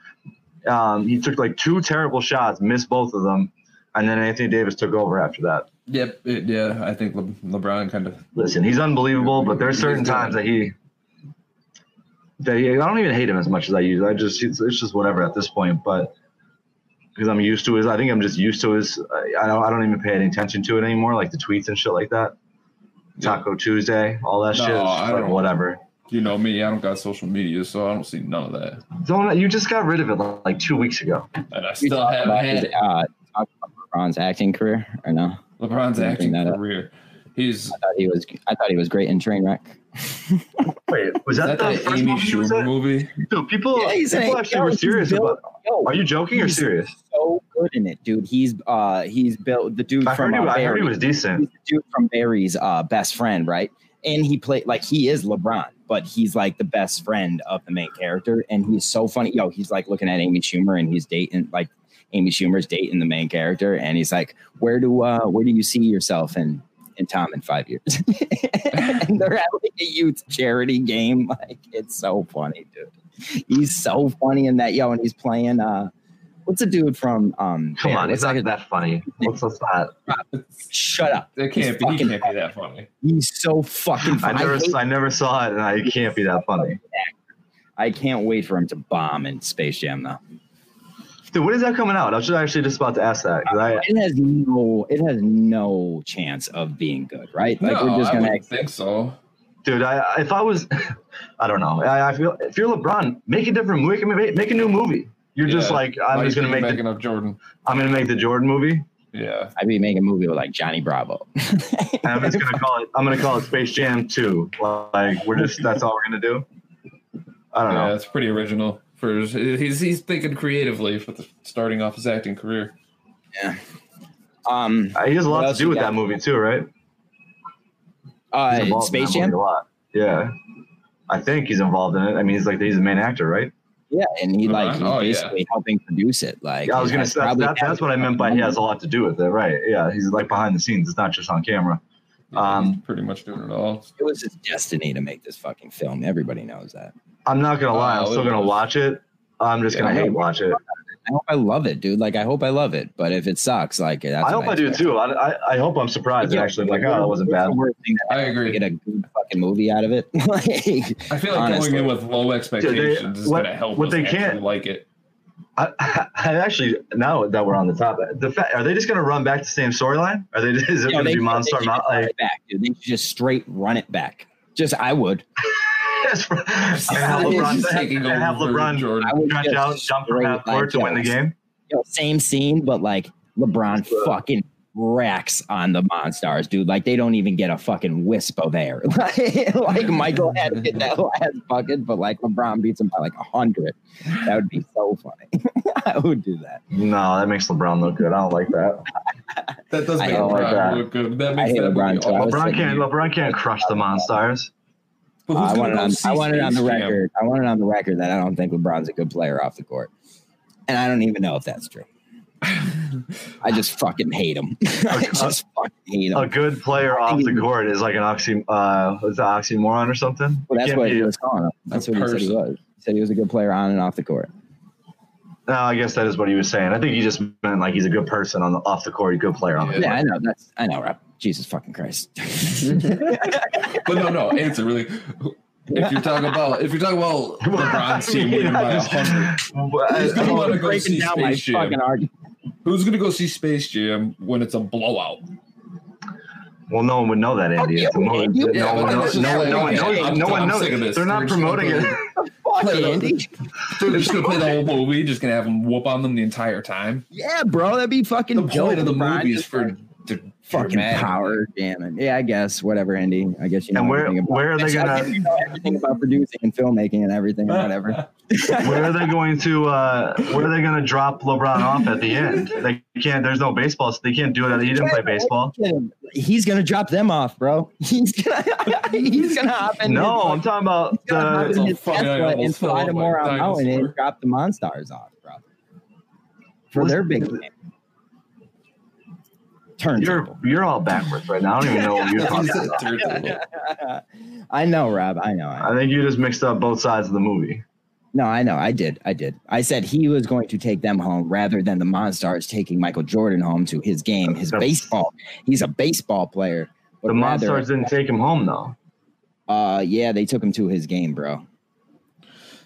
[SPEAKER 3] Um, he took like two terrible shots, missed both of them, and then Anthony Davis took over after that.
[SPEAKER 6] Yep. it- yeah, I think Le- LeBron kind of.
[SPEAKER 3] Listen, he's unbelievable, but there's certain times that he that he, I don't even hate him as much as I used. I just it's, it's just whatever at this point, but because I'm used to his, I think I'm just used to his. I, I don't I don't even pay any attention to it anymore, like the tweets and shit like that. Taco Tuesday, all that
[SPEAKER 6] No,
[SPEAKER 3] shit, it's
[SPEAKER 6] I
[SPEAKER 3] just like
[SPEAKER 6] don't.
[SPEAKER 3] whatever.
[SPEAKER 6] You know me. I don't got social media, so I don't see none of that.
[SPEAKER 3] Don't you just got rid of it like, like two weeks ago?
[SPEAKER 6] And I
[SPEAKER 5] We
[SPEAKER 6] still
[SPEAKER 5] talked
[SPEAKER 6] haven't
[SPEAKER 5] about his,
[SPEAKER 6] had it.
[SPEAKER 5] uh, talked about LeBron's acting career, or no?
[SPEAKER 6] LeBron's
[SPEAKER 5] Bring
[SPEAKER 6] acting
[SPEAKER 5] that up.
[SPEAKER 6] career. He's
[SPEAKER 5] I thought he was. I thought he was great in Trainwreck.
[SPEAKER 3] Wait, was
[SPEAKER 6] is
[SPEAKER 3] that,
[SPEAKER 6] that
[SPEAKER 3] the
[SPEAKER 6] that
[SPEAKER 3] first
[SPEAKER 6] Amy
[SPEAKER 3] movie you was
[SPEAKER 6] Schumer
[SPEAKER 3] at?
[SPEAKER 6] movie?
[SPEAKER 3] Dude, people,
[SPEAKER 5] Yeah, he's in
[SPEAKER 3] people
[SPEAKER 5] it.
[SPEAKER 3] actually
[SPEAKER 5] Yo,
[SPEAKER 3] were
[SPEAKER 5] he's
[SPEAKER 3] serious
[SPEAKER 5] built-
[SPEAKER 3] about.
[SPEAKER 5] Yo,
[SPEAKER 3] Are you joking or
[SPEAKER 5] he's
[SPEAKER 3] serious?
[SPEAKER 5] So good in it, dude. He's uh, he's built the dude
[SPEAKER 3] I
[SPEAKER 5] from
[SPEAKER 3] heard, he, I
[SPEAKER 5] uh,
[SPEAKER 3] heard he
[SPEAKER 5] Barry.
[SPEAKER 3] was decent.
[SPEAKER 5] he's the dude from Barry's uh, best friend, right? And he played like he is LeBron, but he's like the best friend of the main character, and he's so funny. Yo, he's like looking at Amy Schumer, and he's dating like Amy Schumer's dating the main character, and he's like, "Where do uh, where do you see yourself in in Tom in five years?" and they're at like a youth charity game. Like it's so funny, dude. He's so funny in that yo, and he's playing uh, what's a dude from um?
[SPEAKER 3] Come on,
[SPEAKER 5] it's
[SPEAKER 3] it's not that funny. What's what's that?
[SPEAKER 5] shut up.
[SPEAKER 6] That
[SPEAKER 5] He's
[SPEAKER 6] can't be. He
[SPEAKER 5] fucking-
[SPEAKER 6] can't be that funny.
[SPEAKER 5] He's so fucking
[SPEAKER 3] I
[SPEAKER 5] funny. I,
[SPEAKER 3] never,
[SPEAKER 5] hate-
[SPEAKER 3] I never saw it, and I it can't be that funny.
[SPEAKER 5] I can't wait for him to bomb in Space Jam though.
[SPEAKER 3] Dude, when is that coming out? I was just actually just about to ask that. 'cause I,
[SPEAKER 5] It has no, it has no chance of being good, right? Like
[SPEAKER 6] no,
[SPEAKER 5] we're just
[SPEAKER 6] I
[SPEAKER 5] gonna.
[SPEAKER 6] wouldn't think so.
[SPEAKER 3] dude, I, I- if I was, I don't know. I, I feel if you're LeBron, make a different movie. Make, make a new movie. You're just
[SPEAKER 6] Yeah.
[SPEAKER 3] like I'm
[SPEAKER 6] Why
[SPEAKER 3] just
[SPEAKER 6] you
[SPEAKER 3] gonna make.
[SPEAKER 6] backing
[SPEAKER 3] The,
[SPEAKER 6] up Jordan.
[SPEAKER 3] I'm gonna make the Jordan movie,
[SPEAKER 6] Yeah.
[SPEAKER 5] I'd be making a movie with like Johnny Bravo.
[SPEAKER 3] and I'm just gonna call it. I'm gonna call it Space Jam Two. Like we're just that's all we're gonna do. I don't
[SPEAKER 6] Yeah,
[SPEAKER 3] know.
[SPEAKER 6] it's pretty original. For his- he's he's thinking creatively for the, starting off his acting career.
[SPEAKER 5] um,
[SPEAKER 3] Uh, He has a
[SPEAKER 5] What
[SPEAKER 3] lot
[SPEAKER 5] else
[SPEAKER 3] to do
[SPEAKER 5] you
[SPEAKER 3] with
[SPEAKER 5] got?
[SPEAKER 3] that movie too, right? He's
[SPEAKER 5] uh,
[SPEAKER 3] involved in
[SPEAKER 5] Space
[SPEAKER 3] that movie
[SPEAKER 5] Jam.
[SPEAKER 3] a lot. Yeah, I think he's involved in it. I mean, he's like he's the main actor, right?
[SPEAKER 5] Yeah, and he like he's
[SPEAKER 6] Oh, yeah.
[SPEAKER 5] basically helping produce it. Like
[SPEAKER 3] Yeah, I was
[SPEAKER 5] it
[SPEAKER 3] gonna
[SPEAKER 5] has
[SPEAKER 3] say that's,
[SPEAKER 5] probably-
[SPEAKER 3] that's, that's what I meant by he has a lot to do with it, right? Yeah, he's like behind the scenes. It's not just on camera.
[SPEAKER 6] Yeah, he's
[SPEAKER 3] Um,
[SPEAKER 6] pretty much doing it all.
[SPEAKER 5] It was his destiny to make this fucking film. Everybody knows that.
[SPEAKER 3] I'm not gonna lie. I'm
[SPEAKER 6] Oh,
[SPEAKER 3] still
[SPEAKER 6] it
[SPEAKER 3] gonna
[SPEAKER 6] was-
[SPEAKER 3] watch it. I'm just
[SPEAKER 6] Yeah,
[SPEAKER 3] gonna
[SPEAKER 5] I
[SPEAKER 3] hate
[SPEAKER 5] know.
[SPEAKER 3] watch it.
[SPEAKER 5] I hope I love it, dude. Like I hope I love it. But if it sucks, like that's
[SPEAKER 3] I
[SPEAKER 5] what
[SPEAKER 3] hope I do
[SPEAKER 5] expect.
[SPEAKER 3] too. I, I, I hope I'm surprised
[SPEAKER 5] Yeah,
[SPEAKER 3] actually. Like,
[SPEAKER 5] what-
[SPEAKER 3] oh, that wasn't
[SPEAKER 5] what's
[SPEAKER 3] bad.
[SPEAKER 5] the worst thing that
[SPEAKER 6] I
[SPEAKER 5] happened?
[SPEAKER 6] agree.
[SPEAKER 5] Get a good fucking movie out of it. like,
[SPEAKER 6] I feel like
[SPEAKER 5] Honestly.
[SPEAKER 6] going in with low expectations is
[SPEAKER 3] what-
[SPEAKER 6] gonna help
[SPEAKER 3] what
[SPEAKER 6] us
[SPEAKER 3] they
[SPEAKER 6] actually
[SPEAKER 3] can't-
[SPEAKER 6] like it.
[SPEAKER 3] I, I, I actually now that we're on the topic, the fact are they just gonna run back to the same storyline? Are they? Is it
[SPEAKER 5] Yeah,
[SPEAKER 3] gonna
[SPEAKER 5] they-
[SPEAKER 3] be
[SPEAKER 5] they
[SPEAKER 3] Monster
[SPEAKER 5] should
[SPEAKER 3] Mountain?
[SPEAKER 5] run
[SPEAKER 3] Like,
[SPEAKER 5] it back, dude. They should just straight run it back. Just I would.
[SPEAKER 3] yes, for- and have
[SPEAKER 6] It's
[SPEAKER 3] LeBron,
[SPEAKER 6] just
[SPEAKER 3] and
[SPEAKER 6] taking
[SPEAKER 3] have
[SPEAKER 6] over
[SPEAKER 3] LeBron
[SPEAKER 6] Jordan.
[SPEAKER 5] I would
[SPEAKER 3] stretch
[SPEAKER 5] just
[SPEAKER 3] out, jump from
[SPEAKER 5] straight
[SPEAKER 3] half court to
[SPEAKER 5] like
[SPEAKER 3] win the
[SPEAKER 5] that.
[SPEAKER 3] game.
[SPEAKER 5] Yo, same scene, but like LeBron fucking racks on the Monstars, dude. Like they don't even get a fucking wisp of air. like, like Michael had to get that last bucket, but like LeBron beats him by like a hundred. That would be so funny. I would do that.
[SPEAKER 3] No, that makes LeBron look good. I don't like that.
[SPEAKER 6] That does
[SPEAKER 5] I
[SPEAKER 6] make
[SPEAKER 5] hate
[SPEAKER 6] LeBron
[SPEAKER 3] LeBron.
[SPEAKER 6] look good. That
[SPEAKER 5] I
[SPEAKER 6] makes
[SPEAKER 5] hate
[SPEAKER 6] that
[SPEAKER 5] LeBron,
[SPEAKER 6] movie
[SPEAKER 5] too. I
[SPEAKER 6] all-
[SPEAKER 5] was
[SPEAKER 3] LeBron
[SPEAKER 5] thinking-
[SPEAKER 3] can't. LeBron can't crush the Monstars.
[SPEAKER 6] But who's
[SPEAKER 5] I
[SPEAKER 6] gonna
[SPEAKER 5] want it
[SPEAKER 6] go
[SPEAKER 5] on.
[SPEAKER 6] see
[SPEAKER 5] I want it on the
[SPEAKER 6] Space Jam?
[SPEAKER 5] record. I want it on the record that I don't think LeBron's a good player off the court, and I don't even know if that's true. I just fucking hate him. I just fucking hate him.
[SPEAKER 3] a good player
[SPEAKER 5] I
[SPEAKER 3] off
[SPEAKER 5] think
[SPEAKER 3] the
[SPEAKER 5] he-
[SPEAKER 3] court is like an oxy, uh, is an oxymoron or something.
[SPEAKER 5] Well, that's
[SPEAKER 3] Can't
[SPEAKER 5] what
[SPEAKER 3] be-
[SPEAKER 5] he was calling him. That's
[SPEAKER 6] a
[SPEAKER 5] what he said he
[SPEAKER 6] person.
[SPEAKER 5] was. He said he was a good player on and off the court.
[SPEAKER 3] no, I guess that is what he was saying. I think he just meant like he's a good person on the off the court, a good player on the
[SPEAKER 5] Yeah,
[SPEAKER 6] Yeah.
[SPEAKER 5] I know. That's I know, Rob. Jesus fucking Christ.
[SPEAKER 6] But no, no, answer really. If you're talking about if you're talking
[SPEAKER 3] court.
[SPEAKER 6] about LeBron's team winning by
[SPEAKER 3] Just-
[SPEAKER 6] hundred,
[SPEAKER 3] I-
[SPEAKER 6] I wanna go
[SPEAKER 5] Breaking
[SPEAKER 6] see
[SPEAKER 5] down my
[SPEAKER 6] Space Jam.
[SPEAKER 5] fucking argument.
[SPEAKER 6] who's gonna go see Space Jam when it's a blowout?
[SPEAKER 3] well, no one would know that, Andy.
[SPEAKER 5] you,
[SPEAKER 3] It's a mo-
[SPEAKER 5] Andy.
[SPEAKER 3] no
[SPEAKER 5] Yeah,
[SPEAKER 3] one
[SPEAKER 5] but
[SPEAKER 3] knows.
[SPEAKER 5] this is
[SPEAKER 3] No one-
[SPEAKER 5] like-
[SPEAKER 3] no one knows.
[SPEAKER 5] I'm-
[SPEAKER 3] No
[SPEAKER 6] I'm
[SPEAKER 3] one
[SPEAKER 6] sick of
[SPEAKER 3] knows.
[SPEAKER 6] this.
[SPEAKER 3] They're not
[SPEAKER 6] They're just gonna
[SPEAKER 3] promoting it.
[SPEAKER 5] Fuck
[SPEAKER 6] Play the-
[SPEAKER 5] Andy.
[SPEAKER 6] They're just gonna play the whole movie, just gonna have them whoop on them the entire time.
[SPEAKER 5] Yeah, bro, that'd be fucking
[SPEAKER 6] The point
[SPEAKER 5] dope,
[SPEAKER 6] of the
[SPEAKER 5] LeBron,
[SPEAKER 6] movie is
[SPEAKER 5] just
[SPEAKER 6] for
[SPEAKER 5] like
[SPEAKER 6] to
[SPEAKER 5] fucking
[SPEAKER 6] dramatic.
[SPEAKER 5] power, damn it. Yeah, I guess whatever, Andy. I guess you know.
[SPEAKER 3] And where
[SPEAKER 5] everything about-
[SPEAKER 3] where are they
[SPEAKER 5] I guess
[SPEAKER 3] gonna
[SPEAKER 5] you know everything about producing and filmmaking and everything and whatever.
[SPEAKER 3] where are they going to uh, where are they going to drop LeBron off at the end? They can't. There's no baseball. So they can't do it. He didn't play baseball.
[SPEAKER 5] He's gonna drop them off, bro. He's gonna he's gonna hop in.
[SPEAKER 3] No, I'm talking about
[SPEAKER 5] He's gonna hop
[SPEAKER 3] the
[SPEAKER 5] in
[SPEAKER 6] Oh,
[SPEAKER 5] his
[SPEAKER 6] fuck, I
[SPEAKER 5] Tesla and
[SPEAKER 6] almost fell
[SPEAKER 5] fly
[SPEAKER 6] off
[SPEAKER 5] to
[SPEAKER 6] my
[SPEAKER 5] Moron Mountain and
[SPEAKER 6] dinosaur.
[SPEAKER 5] drop the Monstars off, bro. For
[SPEAKER 3] Was-
[SPEAKER 5] their big game. Turntable.
[SPEAKER 3] You're you're all backwards right now. I don't even know what you're talking about.
[SPEAKER 6] Turntable.
[SPEAKER 5] I know, Rob. I know. I
[SPEAKER 3] I
[SPEAKER 5] know.
[SPEAKER 3] think you just mixed up both sides of the movie.
[SPEAKER 5] No, I know. I did. I did. I said he was going to take them home rather than the Monstars taking Michael Jordan home to his game, his
[SPEAKER 3] The-
[SPEAKER 5] baseball. He's a baseball player. but
[SPEAKER 3] The
[SPEAKER 5] rather-
[SPEAKER 3] Monstars didn't take him home though.
[SPEAKER 5] Uh, yeah, they took him to his game, bro.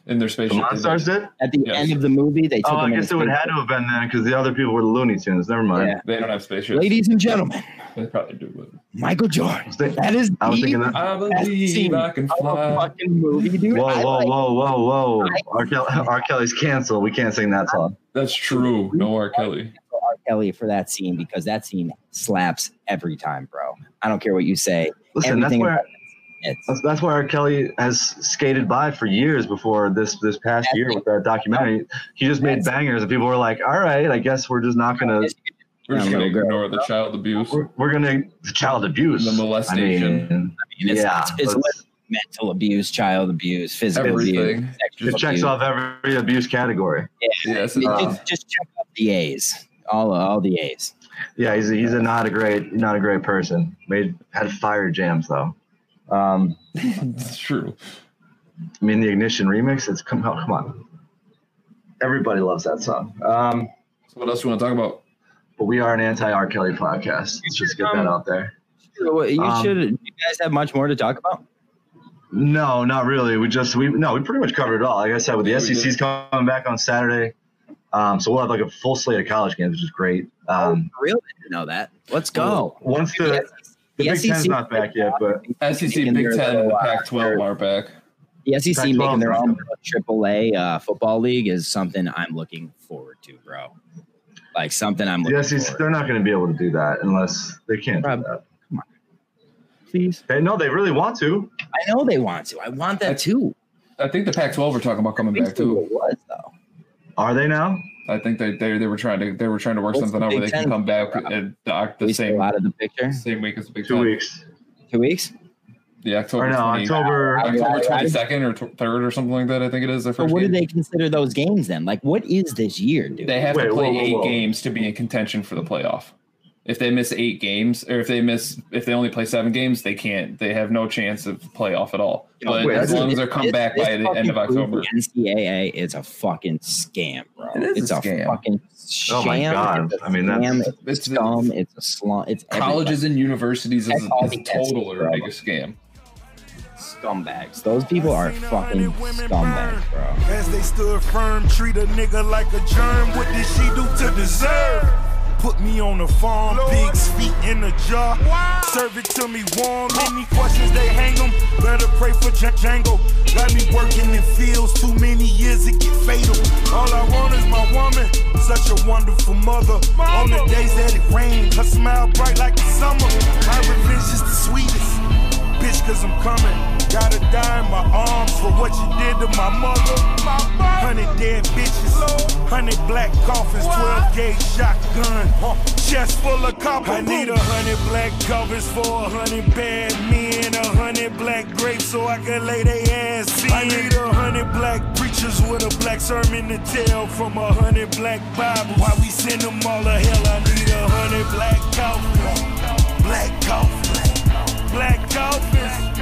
[SPEAKER 6] In their
[SPEAKER 3] The
[SPEAKER 6] spaceship. they
[SPEAKER 3] Monstars
[SPEAKER 6] did.
[SPEAKER 3] did.
[SPEAKER 5] At the
[SPEAKER 6] Yes.
[SPEAKER 5] end of the movie, they took
[SPEAKER 3] Oh,
[SPEAKER 5] him.
[SPEAKER 3] I
[SPEAKER 5] in
[SPEAKER 3] guess
[SPEAKER 5] a
[SPEAKER 3] it would
[SPEAKER 5] space-
[SPEAKER 3] had to have been then because the other people were the Looney Tunes. Never mind.
[SPEAKER 5] Yeah.
[SPEAKER 6] They don't have spaceships.
[SPEAKER 5] Ladies and gentlemen,
[SPEAKER 6] They probably do. But
[SPEAKER 5] Michael Jordan.
[SPEAKER 3] Stay-
[SPEAKER 5] That is
[SPEAKER 3] I was
[SPEAKER 5] the
[SPEAKER 3] thinking that.
[SPEAKER 6] I
[SPEAKER 5] best
[SPEAKER 6] believe
[SPEAKER 5] scene
[SPEAKER 6] I can
[SPEAKER 5] of a
[SPEAKER 6] fly.
[SPEAKER 5] fucking movie, dude.
[SPEAKER 3] Whoa,
[SPEAKER 5] I
[SPEAKER 3] whoa,
[SPEAKER 5] like-
[SPEAKER 3] whoa, whoa, whoa!
[SPEAKER 5] I-
[SPEAKER 3] R. Kelly, R. Kelly's canceled. We can't sing that song.
[SPEAKER 6] That's true. No R. Kelly.
[SPEAKER 5] R. Kelly for that scene because that scene slaps every time, bro. I don't care what you say.
[SPEAKER 3] Listen, that's
[SPEAKER 5] Everything
[SPEAKER 3] where
[SPEAKER 5] about it, it's-
[SPEAKER 3] that's, that's why R. Kelly has skated by for years before this this past year with that documentary. He just made
[SPEAKER 5] That's-
[SPEAKER 3] bangers, and people were like, "All right, I guess we're just not gonna
[SPEAKER 6] We're just
[SPEAKER 5] Yeah,
[SPEAKER 6] gonna
[SPEAKER 5] little girl.
[SPEAKER 6] ignore the child abuse,
[SPEAKER 3] we're, we're gonna the child abuse,
[SPEAKER 6] the molestation,
[SPEAKER 3] I mean,
[SPEAKER 5] it's,
[SPEAKER 3] yeah,
[SPEAKER 5] it's, it's
[SPEAKER 3] let's-
[SPEAKER 5] mental abuse, child abuse, physical abuse.
[SPEAKER 6] everything.
[SPEAKER 5] sexual
[SPEAKER 3] it checks
[SPEAKER 5] abuse.
[SPEAKER 3] off every abuse category.
[SPEAKER 6] Yes.
[SPEAKER 5] I mean,
[SPEAKER 6] uh,
[SPEAKER 5] just, just check off the A's, all all the A's.
[SPEAKER 3] Yeah, he's a, he's a not a great not a great person. Made had fire jams though. Um,
[SPEAKER 6] It's true.
[SPEAKER 3] I mean the ignition remix. It's come on, come on. Everybody loves that song. Um,
[SPEAKER 6] So what else you want to talk about?
[SPEAKER 3] but we are an anti R Kelly podcast. Let's just get that out there.
[SPEAKER 5] You
[SPEAKER 3] Um,
[SPEAKER 5] should. You guys have much more to talk about.
[SPEAKER 3] No, not really. We just we no, we pretty much covered it all. Like I said, with the
[SPEAKER 6] Yeah, we did.
[SPEAKER 3] SEC's coming back on Saturday, um, so we'll have like a full slate of college games, which is great. Um,
[SPEAKER 5] For real, I didn't know that. Let's go.
[SPEAKER 3] once
[SPEAKER 5] E
[SPEAKER 3] the the Big
[SPEAKER 6] E
[SPEAKER 3] Ten's not back yet, but
[SPEAKER 6] SEC,
[SPEAKER 5] Making
[SPEAKER 6] E Big
[SPEAKER 5] their
[SPEAKER 6] Ten, and the
[SPEAKER 5] little, uh,
[SPEAKER 6] Pac-12 are back.
[SPEAKER 5] The SEC
[SPEAKER 3] Pac-12
[SPEAKER 5] making their
[SPEAKER 3] is
[SPEAKER 5] own AAA uh, football league is something I'm looking forward to, bro. Like something I'm looking
[SPEAKER 3] the E SEC
[SPEAKER 5] forward.
[SPEAKER 3] they're not going to be able to do that unless they can't. Do
[SPEAKER 5] Rob.
[SPEAKER 3] that.
[SPEAKER 5] to. Please,
[SPEAKER 3] They no, they really want to.
[SPEAKER 5] I know they want to. I want that too.
[SPEAKER 6] I think the Pac-12 are talking about coming
[SPEAKER 5] I
[SPEAKER 6] back
[SPEAKER 5] think so
[SPEAKER 6] too.
[SPEAKER 5] it was though.
[SPEAKER 3] Are they now?
[SPEAKER 6] I think they they, they were trying to they were trying to work
[SPEAKER 5] What's
[SPEAKER 6] something
[SPEAKER 5] the
[SPEAKER 6] out where
[SPEAKER 5] Big
[SPEAKER 6] they
[SPEAKER 5] Ten?
[SPEAKER 6] can come back at the,
[SPEAKER 5] We still
[SPEAKER 6] the same
[SPEAKER 5] out of the picture.
[SPEAKER 6] same week as the Big
[SPEAKER 3] Two
[SPEAKER 6] Ten.
[SPEAKER 3] weeks
[SPEAKER 5] Two weeks.
[SPEAKER 6] Yeah, October
[SPEAKER 3] or no?
[SPEAKER 6] 20
[SPEAKER 3] October.
[SPEAKER 5] I-
[SPEAKER 6] October
[SPEAKER 5] I- I-
[SPEAKER 6] twenty second or tw- third or something like that. I think it is their
[SPEAKER 5] So
[SPEAKER 6] first.
[SPEAKER 5] what do
[SPEAKER 6] game.
[SPEAKER 5] they consider those games then? Like, what is this year, dude?
[SPEAKER 6] They have
[SPEAKER 3] Wait,
[SPEAKER 6] to play
[SPEAKER 3] whoa, whoa,
[SPEAKER 6] eight
[SPEAKER 3] whoa.
[SPEAKER 6] games to be in contention for the playoff. If they miss eight games, or if they miss, if they only play seven games, they can't. They have no chance of playoff at all. But
[SPEAKER 3] wait,
[SPEAKER 6] as
[SPEAKER 3] this-
[SPEAKER 6] long as they're come
[SPEAKER 5] This-
[SPEAKER 6] back
[SPEAKER 5] this
[SPEAKER 6] by the end
[SPEAKER 5] fucking
[SPEAKER 6] of October,
[SPEAKER 5] league, NCAA is a fucking scam, bro.
[SPEAKER 6] It is a
[SPEAKER 5] it's a,
[SPEAKER 6] scam.
[SPEAKER 5] fucking sham.
[SPEAKER 3] Oh my God.
[SPEAKER 5] It's a
[SPEAKER 3] I mean, that's-
[SPEAKER 5] scam,
[SPEAKER 6] It's
[SPEAKER 5] it's
[SPEAKER 6] the-
[SPEAKER 5] scum. It's a slum. It's
[SPEAKER 6] colleges and universities is,
[SPEAKER 5] That's all
[SPEAKER 6] is
[SPEAKER 5] the
[SPEAKER 6] total
[SPEAKER 5] SEC
[SPEAKER 6] or like a scam.
[SPEAKER 5] everybody. scumbags. Those people are fucking scumbags, bro.
[SPEAKER 4] As they stood firm, treat a nigga like a germ. What did she do to deserve? Put me on a farm, pigs feet in a jar. Serve it to me warm. Any questions they hang 'em. Better pray for J- Django. Got me working in fields too many years it get fatal. All I want is my woman, such a wonderful mother. On the days that it rained, her smile bright like the summer. My revenge is the sweetest bitch, cause I'm coming. Gotta die in my arms for what you did to my mother. Hundred dead bitches, hundred black coffins, twelve gauge shotgun, huh, chest full of copper. I need a hundred black covers for a hundred bad men, a hundred black grapes so I can lay their ass in. I need a hundred black preachers with a black sermon to tell from a hundred black Bibles. Why we send them all to hell? I need a hundred black coffins, black coffins. Black Dolphins. Oh,